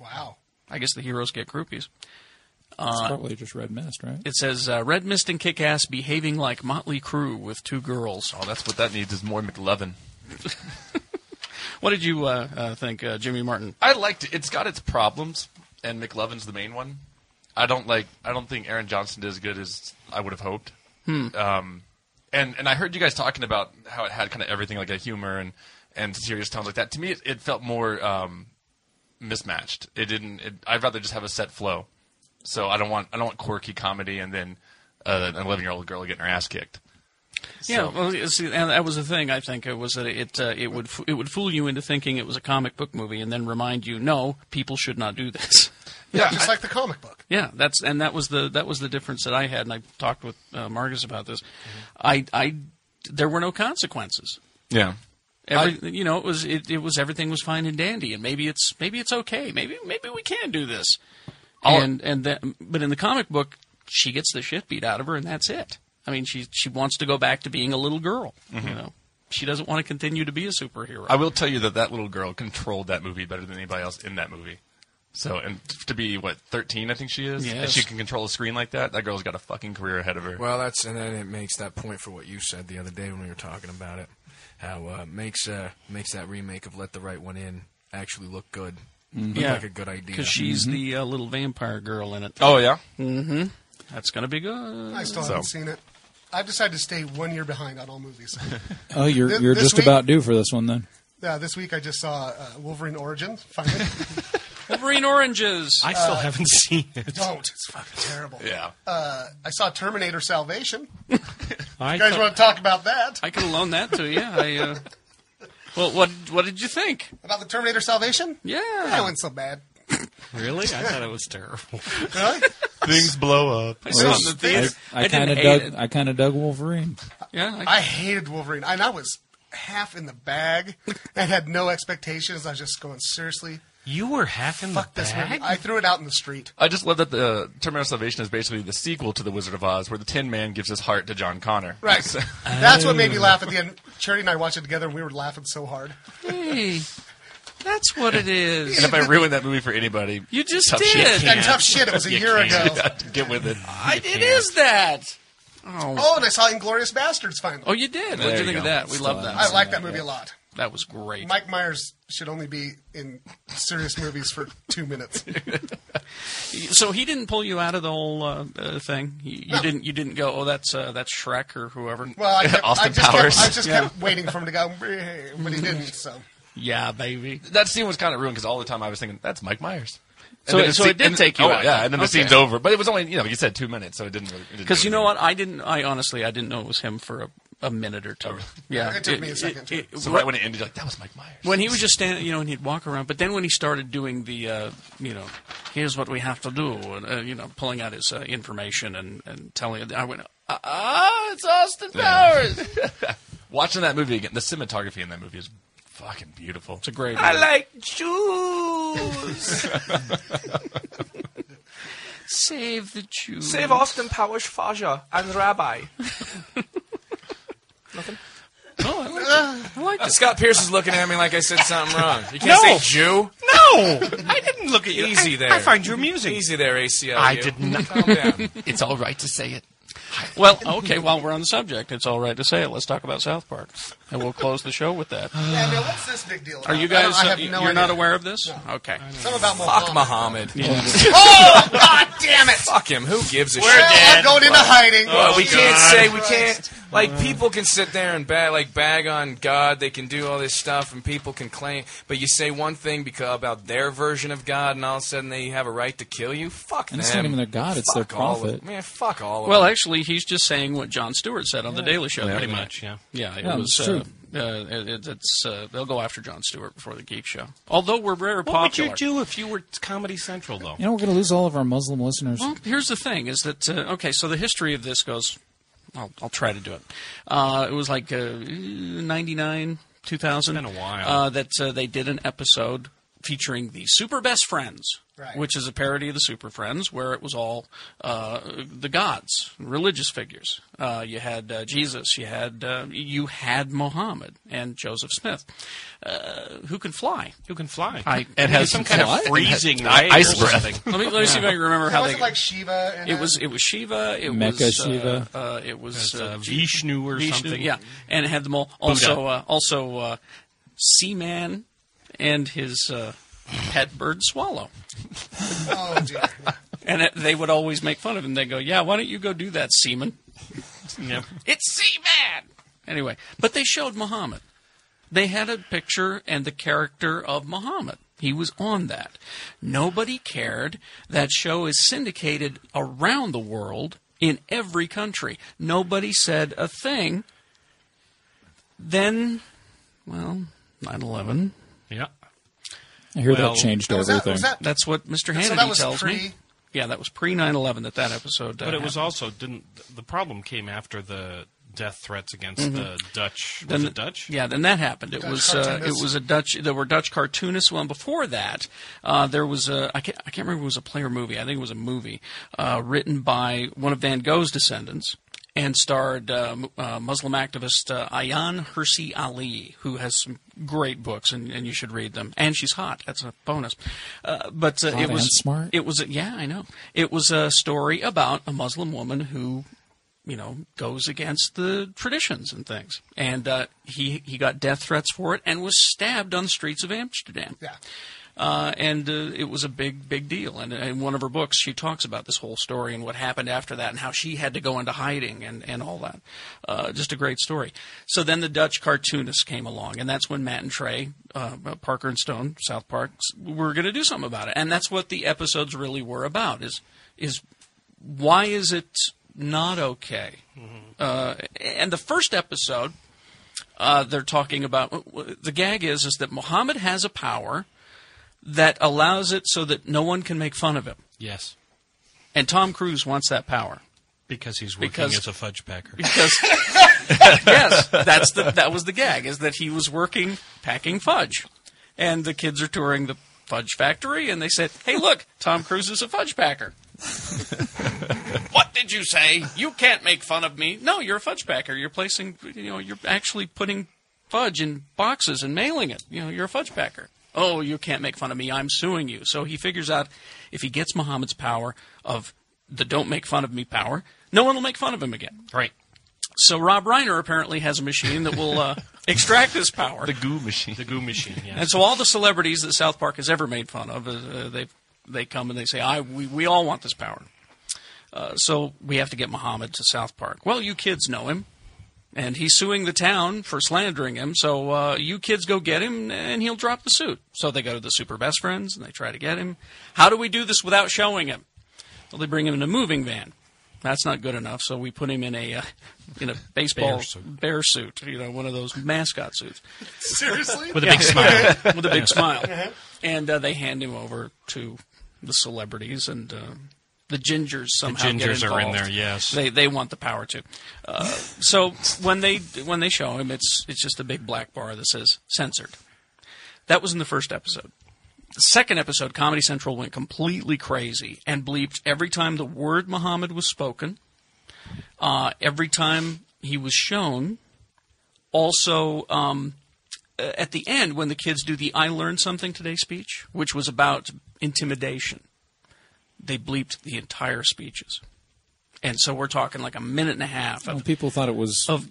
E: Wow.
A: I guess the heroes get groupies.
B: it's
A: Uh,
B: probably just red mist, right?
A: it says uh, Red Mist and Kick Ass behaving like Motley Crue with two girls.
F: Oh, that's what that needs is more McLovin.
A: What did you uh, uh, think, uh, Jimmy Martin?
F: I liked it. It's got its problems, and McLovin's the main one. I don't like. I don't think Aaron Johnson did as good as I would have hoped.
A: Hmm.
F: Um, and and I heard you guys talking about how it had kind of everything, like a humor and and serious tones like that. To me, it, it felt more um, mismatched. It didn't. It, I'd rather just have a set flow. So I don't want I don't want quirky comedy and then uh, an eleven year old girl getting her ass kicked.
A: Yeah, well, you see, and that was the thing. I think it was that it uh, it would f- it would fool you into thinking it was a comic book movie, and then remind you, no, people should not do this.
E: Yeah, just like the comic book.
A: Yeah, that's and that was the that was the difference that I had, and I talked with uh, Marcus about this.
E: Mm-hmm.
A: I I there were no consequences.
F: Yeah.
A: Every, you know, it was it, it was everything was fine and dandy, and maybe it's maybe it's okay. Maybe maybe we can do this.
F: I'll-
A: and and that, but in the comic book, she gets the shit beat out of her, and that's it. I mean, she she wants to go back to being a little girl. You
F: Mhm.
A: know, she doesn't want to continue to be a superhero.
F: I will tell you that that little girl controlled that movie better than anybody else in that movie. So, and to be what thirteen, I think she is, and
M: Yes.
F: she can control a screen like that. That girl's got a fucking career ahead of her.
M: Well, that's and then it makes that point for what you said the other day when we were talking about it. How uh, makes uh, makes that remake of Let the Right One In actually look good?
A: Mm-hmm.
E: Mm-hmm.
M: Look like a good idea
A: because she's the uh, little vampire girl in it.
F: Mm-hmm. Oh, yeah?
A: mm-hmm. That's gonna be good.
E: I still haven't seen it. I've decided to stay one year behind on all movies.
B: Oh, you're
E: Thi-
B: you're
E: this
B: just
E: week-
B: about due for this one then.
E: Yeah, this week I just saw uh, Wolverine Origins. Finally,
A: Wolverine Oranges.
E: I still Uh,
D: haven't seen it.
E: Don't. It's fucking terrible.
F: Yeah.
E: Uh, I saw Terminator Salvation.
A: I
E: you guys
A: thought-
E: want to talk about that?
A: I could have loaned that to you. I, uh, well, what what did you think?
E: About the Terminator Salvation?
A: Yeah.
E: That wasn't so bad.
D: Really? I thought it was terrible.
E: Really?
F: Things blow up.
A: I saw it in
B: I,
A: the theater.
B: I
A: didn't
B: kind of
A: hate
B: dug.
A: it.
B: I kind of dug Wolverine.
A: Yeah,
E: I, hated Wolverine, and I was half in the bag and had no expectations. I was just going seriously.
D: You were half in
E: Fuck
D: the
E: this
D: bag.
E: movie. I threw it out in the street.
F: I just love that the Terminator Salvation is basically the sequel to The Wizard of Oz, where the Tin Man gives his heart to John Connor.
E: Right.
F: So-
E: That's what made
A: Oh.
E: me laugh at the end. Charity and I watched it together, and we were laughing so hard.
A: Hey, that's what it is.
F: And if I ruined that movie for anybody,
A: You just
F: tough
A: did.
F: Shit.
E: That tough shit, it was a
F: You
E: year
F: can't.
E: ago.
F: Get with it.
A: I, it is that.
E: Oh.
A: Oh,
E: and I saw Inglorious Bastards finally.
A: Oh, you did.
F: There
A: What'd you
F: you
A: think of
F: go.
A: that? We
F: Still
A: love that.
E: I like that movie a lot.
A: That was great.
E: Mike Myers should only be in serious movies for two minutes.
A: So he didn't pull you out of the whole uh, uh, thing. You, you
E: No.
A: didn't. You didn't go. Oh, that's uh, that's Shrek or whoever.
E: Well, I kept, I just Kept, I just kept waiting for him to go, but he didn't. So
A: Yeah, baby.
F: That scene was kind of ruined because all the time I was thinking that's Mike Myers.
A: So
F: then
A: it-
F: the
A: so it did
F: and-
A: take you
F: oh,
A: out.
F: Yeah, and then the
A: Okay.
F: scene's over. But it was only you know you said two minutes, so it didn't really. it didn't
A: Because
F: really
A: you know what? I didn't. I honestly, I didn't know it was him for a, a minute or two. Yeah,
F: It took me a second, too. Oh, So right when it ended, you're like, that was Mike Myers.
A: When he was just standing, you know, and he'd walk around. But then when he started doing the, uh, you know, here's what we have to do, and uh, you know, pulling out his uh, information and and telling it, I went, uh, Ah, it's Austin Powers.
F: Watching that movie again, the cinematography in that movie is fucking beautiful. It's
A: a great.
J: I like Jews.
A: Save the Jews.
J: Save Austin Powers, Faja, and Rabbi.
F: Uh,
A: Oh, I like it.
M: Scott Pierce is looking at me like I said something wrong. You can't
J: No.
M: say Jew.
J: No, I didn't look at you.
M: Easy
J: I,
M: there.
J: I find you amusing.
M: Easy there, ACLU.
F: I did not.
M: Calm down.
F: it's all right to say it.
A: Well, okay. While we're on the subject, it's all right to say it. Let's talk about South Park, and we'll close the show with that.
E: yeah, now what's this big deal?
A: Are you
E: about? I don't-
A: guys?
E: I have
A: uh,
E: no
A: you're
E: idea.
A: not aware of this? Okay.
E: Something about
M: Fuck
E: Muhammad.
M: Muhammad.
E: oh God damn it!
M: Fuck him. Who gives a
E: We're
M: shit?
E: dead. I'm going into hiding.
M: Well, we
E: Oh,
M: can't
E: God.
M: say we can't. Like people can sit there and bag, like bag on God. They can do all this stuff, and people can claim. But you say one thing because about their version of God, and all of a sudden they have a right to kill you. Fuck
B: And
M: them.
B: it's not even their God, it's their
M: Fuck all of-
B: prophet.
M: Man, fuck all of
A: Well,
M: them.
A: actually, he's just saying what John Stewart said on the Daily Show.
D: Pretty
A: the other
D: much,
A: night.
D: yeah.
A: Yeah, it
B: Yeah,
A: was.
B: it's
A: Uh,
B: true.
A: uh, it, it- it's uh, they'll go after John Stewart before the Geek Show. Although we're very
D: What
A: popular.
D: would you do if you were Comedy Central, though?
B: You know, we're going to lose all of our Muslim listeners.
A: Well, here's the thing: is that uh, okay? So the history of this goes. I'll, I'll try to do it. Uh, it was like uh, '99, 2000.
D: It's been a while.
A: Uh, that uh, they did an episode featuring the Super Best Friends,
E: Right.
A: which is a parody of the Super Friends, where it was all uh, the gods, religious figures. Uh, you had uh, Jesus, you had uh, you had Mohammed and Joseph Smith, uh, who can fly.
D: Who can fly?
A: I-
D: It has some kind of
A: What?
D: freezing
F: It has
D: ray
F: ice
D: or
F: breath.
D: something.
A: Let me let me see if I can remember
E: Yeah,
A: how
E: was
A: they.
E: it like Shiva? And
A: It was it was Shiva. It
B: Mecha
A: was uh,
B: Shiva.
A: Uh, it was
D: uh,
A: uh,
D: Vishnu or
A: Vishnu,
D: something.
A: Yeah, and it had them all. Also, uh, also uh, Seaman and his uh, pet bird Swallow.
E: Oh dear.
A: And it, they would always make fun of him. They go, "Yeah, why don't you go do that, Seaman?"
D: Yeah.
A: It's Seaman. Anyway, but they showed Muhammad. They had a picture and the character of Muhammad. He was on that. Nobody cared. That show is syndicated around the world in every country. Nobody said a thing. Then, well, 9 11.
D: Yeah.
B: I hear
D: well,
B: that changed
E: was that-
B: everything.
E: was that-
A: That's what Mr. Hannity
E: so that was
A: tells me.
E: pre.
A: Yeah, that was pre 9 11 that that episode. Uh,
D: But it was
A: happened.
D: also didn't the problem came after the death threats against the Dutch?
A: Mm-hmm.
D: Was
A: Then-
D: it Dutch?
A: Yeah, then that happened. It
E: Dutch
A: was uh, it
E: cartoonists.
A: was a Dutch. There were Dutch cartoonists. Well, and before that, uh, there was a I can't I can't remember if it was a play or movie. I think it was a movie uh, written by one of Van Gogh's descendants and starred um, uh, Muslim activist uh, Ayan Hirsi Ali, who has some great books and, and you should read them. And she's hot. That's a bonus. Uh, but uh,
B: Hot
A: it was
B: and smart.
A: It was a, yeah, I know. It was a story about a Muslim woman who you know, goes against the traditions and things. And uh, he he got death threats for it and was stabbed on the streets of Amsterdam.
E: Yeah.
A: Uh, and uh, it was a big, big deal. And in one of her books, she talks about this whole story and what happened after that and how she had to go into hiding and, and all that. Uh, just a great story. So then the Dutch cartoonists came along, and that's when Matt and Trey, uh, Parker and Stone, South Park, s- were going to do something about it. And that's what the episodes really were about is is why is it not okay? Uh, and the first episode, uh, they're talking about the gag is is that Muhammad has a power that allows it so that no one can make fun of him,
D: Yes.
A: and Tom Cruise wants that power
D: Because he's working
A: Because-
D: as a fudge packer.
A: because yes, that's the that was the gag is that he was working packing fudge, and the kids are touring the Fudge Factory, and they said, "Hey, look, Tom Cruise is a fudge packer." what did you say? You can't make fun of me. No, you're a fudge packer. You're placing, you know, you're actually putting fudge in boxes and mailing it. You know, you're a fudge packer. Oh, you can't make fun of me. I'm suing you. So he figures out if he gets Muhammad's power of the don't make fun of me power, no one will make fun of him again.
D: Right.
A: So Rob Reiner apparently has a machine that will uh, extract his power.
F: The goo machine.
D: The goo machine. Yeah.
A: And so all the celebrities that South Park has ever made fun of, uh, they they come and they say, "I we, we all want this power." Uh, so we have to get Muhammad to South Park. Well, you kids know him, and he's suing the town for slandering him. So uh, you kids go get him, and he'll drop the suit. So they go to the super best friends and they try to get him. How do we do this without showing him? Well, they bring him in a moving van. That's not good enough, so we put him in a uh, in a baseball
D: Bear
A: bear
D: suit.
A: suit. you know, one of those mascot suits.
E: Seriously?
D: With a big smile.
A: With a big
D: Yeah.
A: smile.
E: Uh-huh.
A: And uh, they hand him over to the celebrities and. Uh, the gingers somehow get
D: gingers are in
A: involved.
D: there, yes.
A: they they want the power too. Uh, so when they when they show him, it's it's just a big black bar that says censored. That was in the first episode. The second episode, Comedy Central went completely crazy and bleeped every time the word Muhammad was spoken, uh, every time he was shown. Also, um, uh, at the end, when the kids do the I learned something today speech, which was about intimidation, they bleeped the entire speeches. And so we're talking like a minute and a half of
B: Well, people thought it was
A: of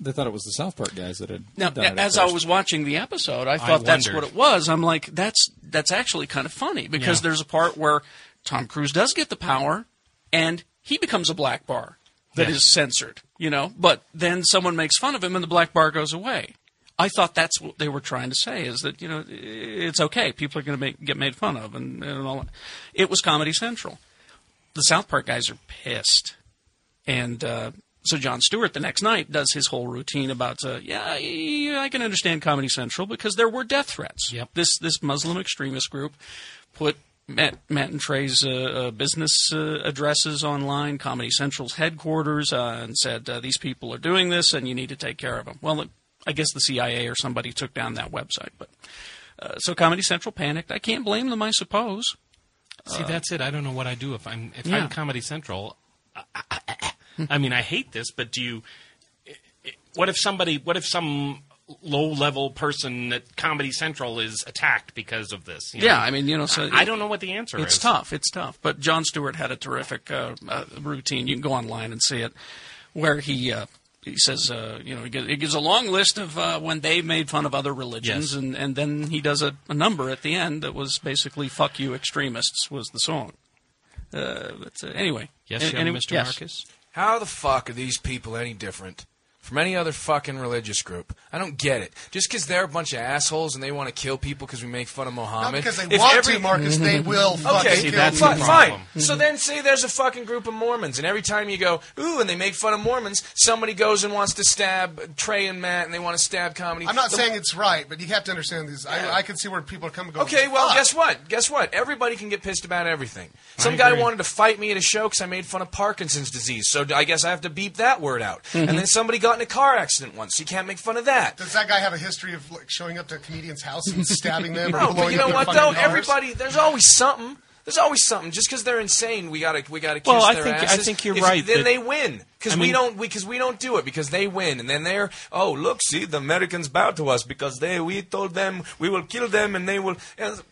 B: They thought it was the South Park guys that had
A: Now,
B: done it at
A: as I
B: first.
A: was watching the episode, I
B: I
A: thought that's what
B: wondered.
A: it was. I'm like, that's that's actually kind of funny because
B: Yeah.
A: there's a part where Tom Cruise does get the power, and he becomes a black bar that is
D: Yes.
A: censored, you know. But then someone makes fun of him, and the black bar goes away. I thought that's what they were trying to say is that you know it's okay, people are going to make, get made fun of, and, and all. That. It was Comedy Central. The South Park guys are pissed. And uh, so John Stewart the next night does his whole routine about, uh, yeah, I I can understand Comedy Central because there were death threats. Yep. This this Muslim extremist group put Matt, Matt and Trey's uh, uh, business uh, addresses online, Comedy Central's headquarters, uh, and said uh, these people are doing this and you need to take care of them. Well, it, I guess the CIA or somebody took down that website, but. Uh, so Comedy Central panicked. I can't blame them, I suppose.
D: See,
A: Uh,
D: that's it. I don't know what I do if I'm if
A: Yeah.
D: I'm Comedy Central.
A: Hmm.
D: I mean, I hate this, but do you? What if somebody? What if some low level person at Comedy Central is attacked because of this? you know?
A: Yeah, I mean, you know, so
D: I, I don't know what the answer
A: it's
D: is.
A: tough. It's tough. But John Stewart had a terrific uh, uh, routine. You can go online and see it, where he uh, he says, uh, you know, he gives, he gives a long list of uh, when they made fun of other religions,
D: Yes.
A: and and then he does a, a number at the end that was basically "fuck you extremists" was the song. Uh, but uh, anyway, An- any- yes.
M: How the fuck are these people any different from any other fucking religious group? I don't get it. Just because they're a bunch of assholes and they want to kill people because we make fun of Muhammad.
E: because they want to, Marcus, they will fucking
M: okay,
E: See, kill that's
M: fine,
E: the
M: fine.
E: problem.
A: Mm-hmm.
M: So then say there's a fucking group of Mormons, and every time you go, ooh, and they make fun of Mormons, somebody goes and wants to stab Trey and Matt, and they want to stab comedy.
E: I'm not
M: The-
E: saying it's right, but you have to understand these. I, I can see where people are coming. Going,
M: Okay, well,
E: "Fuck."
M: guess what? Guess what? Everybody can get pissed about everything.
E: I
M: Some guy
E: agree.
M: wanted to fight me at a show because I made fun of Parkinson's disease, so I guess I have to beep that word out.
E: Mhm.
M: And then somebody got in a car accident once. You can't make fun of that.
E: Does that guy have a history of like showing up to comedians' house and stabbing them?
M: no,
E: or
M: but
E: blowing
M: you know
E: up
M: what
E: their
M: though?
E: fucking cars?
M: Everybody, there's always something. There's always something. Just because they're insane, we gotta we gotta kiss
D: Well, I
M: their
D: think- I
M: asses.
D: think you're
M: If-
D: right
M: Then
D: that-
M: they win because
D: I
M: we
D: mean-
M: don't because we don't do it because they win, and then they're oh look see the Americans bow to us because they we told them we will kill them and they will. and-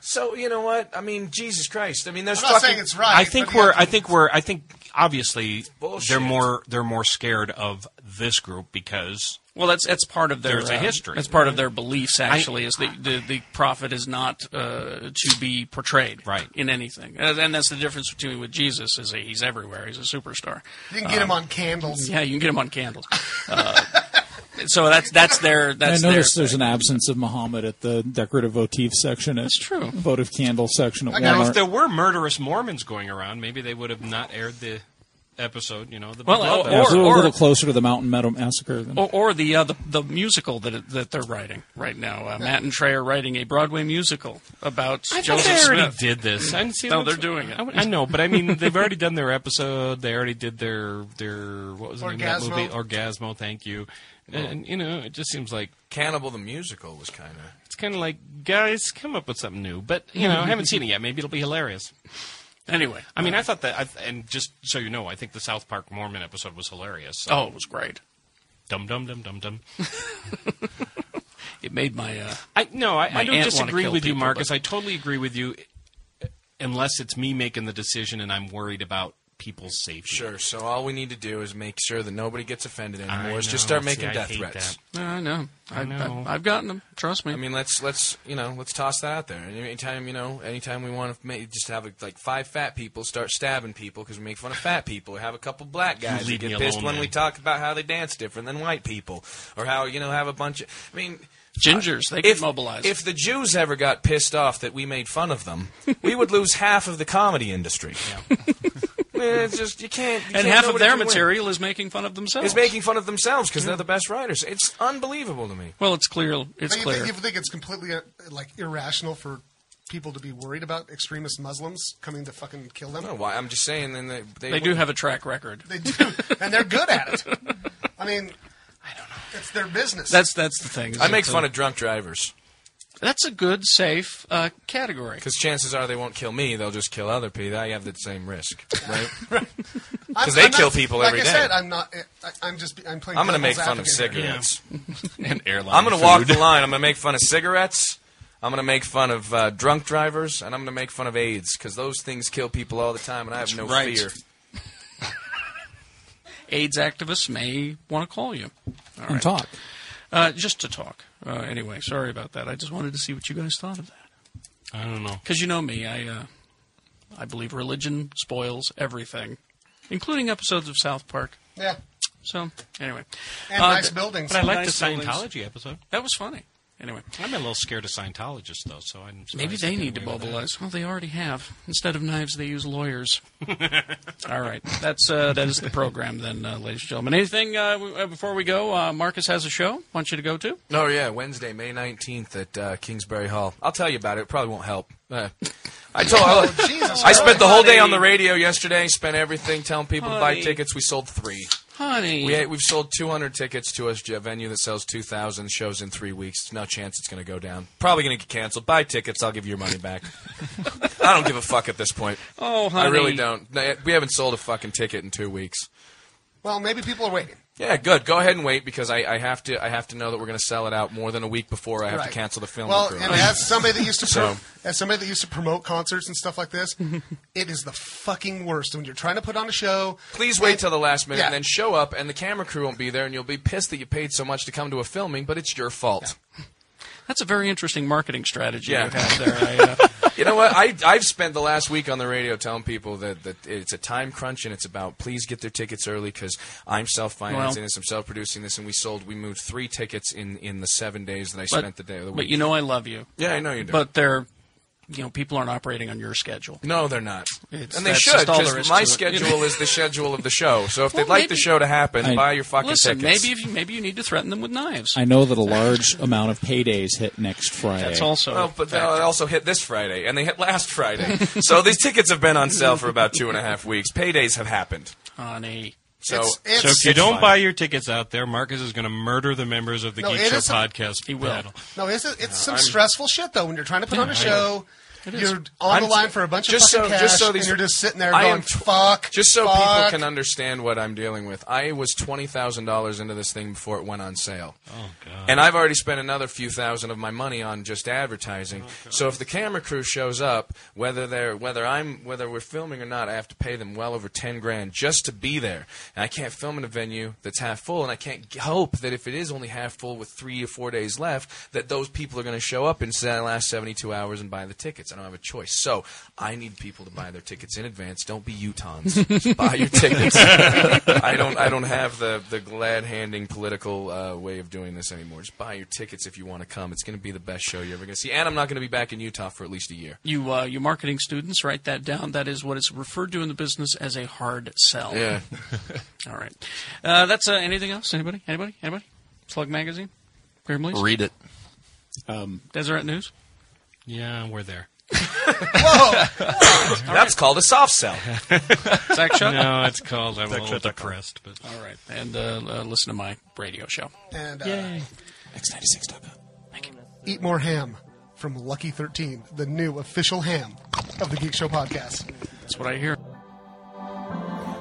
M: so you know what? I mean, Jesus Christ! I mean, there's
E: I'm not
M: fucking.
E: saying it's right.
D: I think we're. I think we're. I think obviously
M: bullshit.
D: they're more. They're more scared of this group because
A: Well, that's that's part of their
D: There's a
A: uh,
D: history.
A: That's part of their beliefs,
D: I-
A: actually, is the, the the prophet is not uh, to be portrayed right. in anything, and and that's the difference between with Jesus is that he's everywhere. He's a superstar.
E: You can get him
A: Um,
E: on candles.
A: Yeah, you can get him on candles. Uh, so that's that's their that's
B: I
A: their.
B: noticed there's an absence of Muhammad at the decorative votive section. That's
A: true.
B: Votive candle section at
D: now, if
B: Walmart.
D: there were murderous Mormons going around, maybe they would have not aired the episode. You know, the
A: Well,
D: Blood
A: or-
B: Yeah, it's a little,
A: or-
B: little closer to the Mountain Meadow Massacre than
A: Or, or the, uh, the the musical that it- that they're writing right now. Uh, Matt and Trey are writing a Broadway musical about
D: I thought
A: Joseph
D: they already
A: Smith.
D: did this. I didn't see
A: no,
D: them-
A: they're doing it.
D: I, I know, but I mean, they've already done their episode. They already did their their what was the name of that
M: Orgasmo.
D: movie? Orgasmo. Thank you. And, you know, it just seems like
M: Cannibal the musical was kind of.
D: it's kind of like guys come up with something new. But you know, I haven't seen it yet. Maybe it'll be hilarious.
A: Anyway,
D: I mean, I thought that, I, and just so you know, I think the South Park Mormon episode was hilarious. So.
A: Oh, it was great.
D: Dum dum dum dum dum.
A: It made my. Uh,
D: I no, I,
A: my
D: I don't
A: aunt wanna
D: disagree
A: kill
D: with you,
A: people,
D: Marcus.
A: but-
D: I totally agree with you, unless it's me making the decision and I'm worried about people's safety.
M: Sure. So all we need to do is make sure that nobody gets offended
D: I
M: anymore. Is
D: know.
M: just start
D: See,
M: making
D: I
M: death
D: hate
M: threats.
A: No, I know. I,
M: I know.
A: I, have gotten them. Trust me.
M: I mean, let's let's you know let's toss that out there. And Anytime you know, anytime we want to make, just have like five fat people start stabbing people because we make fun of fat people. Have a couple black guys
D: Leave
M: that
D: me
M: get pissed
D: alone,
M: when
D: man.
M: we talk about how they dance different than white people, or how you know have a bunch of. I mean,
A: Gingers, they
M: if,
A: could mobilize.
M: If the Jews ever got pissed off that we made fun of them, we would lose half of the comedy industry. Man, it's just you can't. you
A: and
M: can't-
A: half of
M: nobody
A: their
M: can win.
A: material is making fun of themselves.
M: is making fun of themselves because
A: Yeah.
M: they're the best writers. It's unbelievable to me.
A: well, it's clear.
M: Like,
A: It's
M: if
A: clear.
M: they-
E: You think it's completely uh, like irrational for people to be worried about extremist Muslims coming to fucking kill them?
M: No, why? I'm just saying. Then they they,
A: They do have a track record.
E: They do, and they're good at it. I mean, I don't know. It's their business.
A: That's that's the thing. is
M: I make
A: it's a-
M: fun of drunk drivers
A: That's a good safe uh, category.
M: because chances are they won't kill me; they'll just kill other people. I have the same risk, right?
E: I'm-
M: Because they
E: I'm not-
M: kill people
E: like
M: every
E: I
M: day.
E: said, I'm not. I, I'm just. I'm playing.
M: I'm going to make
E: devil's
M: fun of
E: advocate here.
M: cigarettes
F: and airline.
M: I'm going to walk
F: food.
M: the line. I'm going to make fun of cigarettes. I'm going to make fun of uh, drunk drivers, and I'm going to make fun of AIDS because those things kill people all the time, and I have
A: That's
M: no
A: right.
M: fear.
A: AIDS activists may want to call you All
B: and talk.
A: Uh, just to talk. Uh, anyway, sorry about that. I just wanted to see what you guys thought of that.
D: I don't know.
A: Because you know me, I uh, I believe religion spoils everything, including episodes of South Park.
E: Yeah.
A: So anyway, Uh,
E: And nice buildings.
D: Uh, But I like
A: nice
D: the
A: buildings.
D: Scientology episode.
A: That was funny. Anyway,
D: I'm a little scared of Scientologists though, so I'm surprised
A: Maybe
D: I
A: they
D: get
A: need to
D: away with that.
A: mobilize. Well, they already have. Instead of knives, they use lawyers. All right, that's uh, that is the program then, uh, ladies and gentlemen. Anything uh, w- uh, before we go? Uh, Marcus has a show. Want you to go to?
M: Oh yeah, Wednesday, May 19th at uh, Kingsbury Hall. I'll tell you about it. It probably won't help. Uh, I told.
A: Oh, Jesus
M: I spent the whole day on the
A: Christ.
M: radio yesterday. Spent everything telling people to buy
A: Honey.
M: tickets. We sold three.
A: Honey,
M: We, we've sold 200 tickets to a j- a venue that sells 2,000 shows in three weeks. There's no chance it's going to go down. Probably going to get canceled. Buy tickets. I'll give you your money back. I don't give a fuck at this point.
A: Oh,
M: I really
A: honey.
M: don't. No, We haven't sold a fucking ticket in two weeks.
E: Well, maybe people are waiting.
M: Yeah, good. Go ahead and wait because I, I have to. I have to know that we're going to sell it out more than a week before I have
E: Right.
M: to cancel the film.
E: Well,
M: crew.
E: and as somebody that used to pro-
M: So-
E: as somebody that used to promote concerts and stuff like this, it is the fucking worst when you're trying to put on a show.
M: Please wait till the last minute
E: Yeah.
M: and then show up, and the camera crew won't be there, and you'll be pissed that you paid so much to come to a filming, but it's your fault.
A: that's a very interesting marketing strategy
M: Yeah.
A: you have there. I, uh,
M: You know what? I, I've spent the last week on the radio telling people that, that it's a time crunch, and it's about please get their tickets early because I'm self financing
A: Well-
M: this, I'm self producing this, and we sold, we moved three tickets in, in the seven days that I
A: but,
M: spent the day of the
A: but
M: week.
A: you know, I love you.
M: Yeah, I know you do.
A: But they're, you know, people aren't operating on your schedule.
M: no, they're not.
A: It's-
M: and they
A: that's
M: should
A: just all there
M: because
A: is
M: my
A: to it.
M: schedule is the schedule of the show. So if
A: Well,
M: they'd like the
A: maybe-
M: show to happen,
B: I-
M: buy your fucking
A: Listen,
M: tickets.
A: maybe if you, maybe you need to threaten them with knives.
B: I know that a large amount of paydays hit next Friday.
A: That's also.
M: Well, but they
A: fact.
M: also hit this Friday, and they hit last Friday. so these tickets have been on sale for about two and a half weeks. Paydays have happened.
A: honey.
M: So,
D: so if you
M: it's
D: don't
M: fine.
D: buy your tickets out there, Marcus is going to murder the members of the
E: No,
D: Geek
E: it
D: Show
E: is a-
D: podcast. He
A: will.
E: No, it's it's some
M: I'm-
E: stressful shit though when you're trying to put
A: Yeah,
E: on a
A: I
E: show.
A: is.
E: You're on the
M: I'm-
E: line for a bunch
M: just
E: of fucking
M: so-
E: cash,
M: just so these-
E: and you're just sitting there
M: I
E: going,
M: am tw-
E: "Fuck."
M: Just so
E: fuck.
M: people can understand what I'm dealing with, I was twenty thousand dollars into this thing before it went on sale,
D: Oh God!
M: and I've already spent another few thousand of my money on just advertising. so if the camera crew shows up, whether they're whether I'm whether we're filming or not, I have to pay them well over ten grand just to be there, and I can't film in a venue that's half full, and I can't g- hope that if it is only half full with three or four days left, that those people are going to show up in the last seventy two hours and buy the tickets. I don't have a choice. So I need people to buy their tickets in advance. Don't be Utahns. Just buy your tickets. I don't. I don't have the the glad handing political uh, way of doing this anymore. Just buy your tickets if you want to come. It's going to be the best show you're ever going to see. And I'm not going to be back in Utah for at least a year.
A: You, uh, you marketing students, write that down. That is what is referred to in the business as a hard sell.
M: Yeah.
A: All right. Uh, that's uh, anything else? Anybody? Anybody? Anybody? Slug Magazine? Grimleys?
F: Read it.
M: Uh,
B: Um,
A: Deseret News?
D: Yeah, we're there.
A: Whoa!
M: That's called a soft sell.
A: Zach Shutt?
D: No, it's called I'm a
A: Zach
D: little
A: Shutt dot com.
D: depressed. But
A: All right. And uh, uh, listen to my radio show.
E: And, uh,
B: X96.com.
E: Eat More Ham from Lucky 13, the new official ham of the Geek Show podcast.
A: That's what I hear.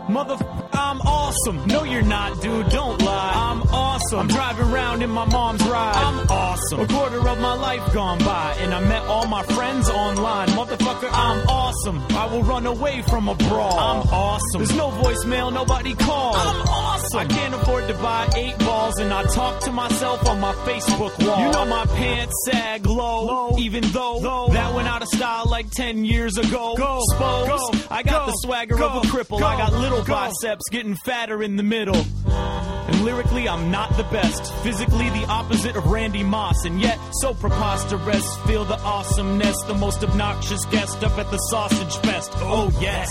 N: Motherfucker, I'm awesome. No, you're not, dude. Don't lie. I'm awesome. I'm driving around in my mom's ride. I'm awesome. A quarter of my life gone by, and I met all my friends online. Motherfucker, I'm awesome. I will run away from a brawl. I'm awesome. There's no voicemail, nobody call. I'm awesome. I can't afford to buy eight balls, and I talk to myself on my Facebook wall. You know my pants sag low, even though that went out of style like 10 years ago. Go, Spose. I got the swagger of a cripple. I got little biceps getting fatter in the middle. And lyrically, I'm not the best. Physically, the opposite of Randy Moss. And yet, so preposterous. Feel the awesomeness. The most obnoxious guest up at the sausage fest. Oh, yes.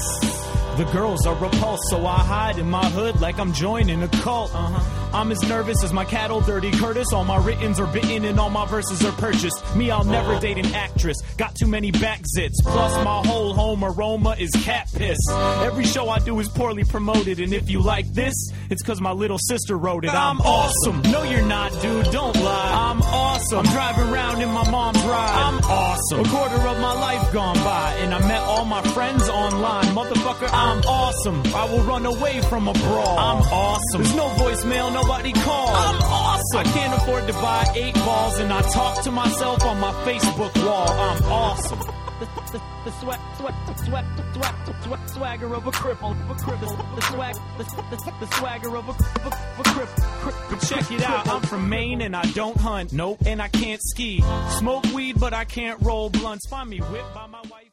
N: The girls are repulsed, so I hide in my hood like I'm joining a cult. I'm as nervous as my cattle, Dirty Curtis. All my writtens are bitten and all my verses are purchased. Me, I'll never date an actress. Got too many back zits. Plus, my whole home aroma is cat piss. Every show I do is poorly promoted, and if you like this, it's cause my little sister wrote it. I'm awesome. No, you're not, dude. Don't lie. I'm awesome. I'm driving around in my mom's ride. I'm awesome. A quarter of my life gone by, and I met all my friends online. Motherfucker, I'm awesome. I will run away from a brawl. I'm awesome. There's no voicemail, nobody call. I'm awesome. I can't afford to buy eight balls, and I talk to myself on my Facebook wall. I'm awesome. The swag, swag, swag, swag, swag, swagger of a cripple, of a cripple, the swag, the, the, the swagger of a, of a, of a cripple. But check it out, I'm from Maine and I don't hunt, nope, and I can't ski. Smoke weed, but I can't roll blunts. Find me whipped by my wife.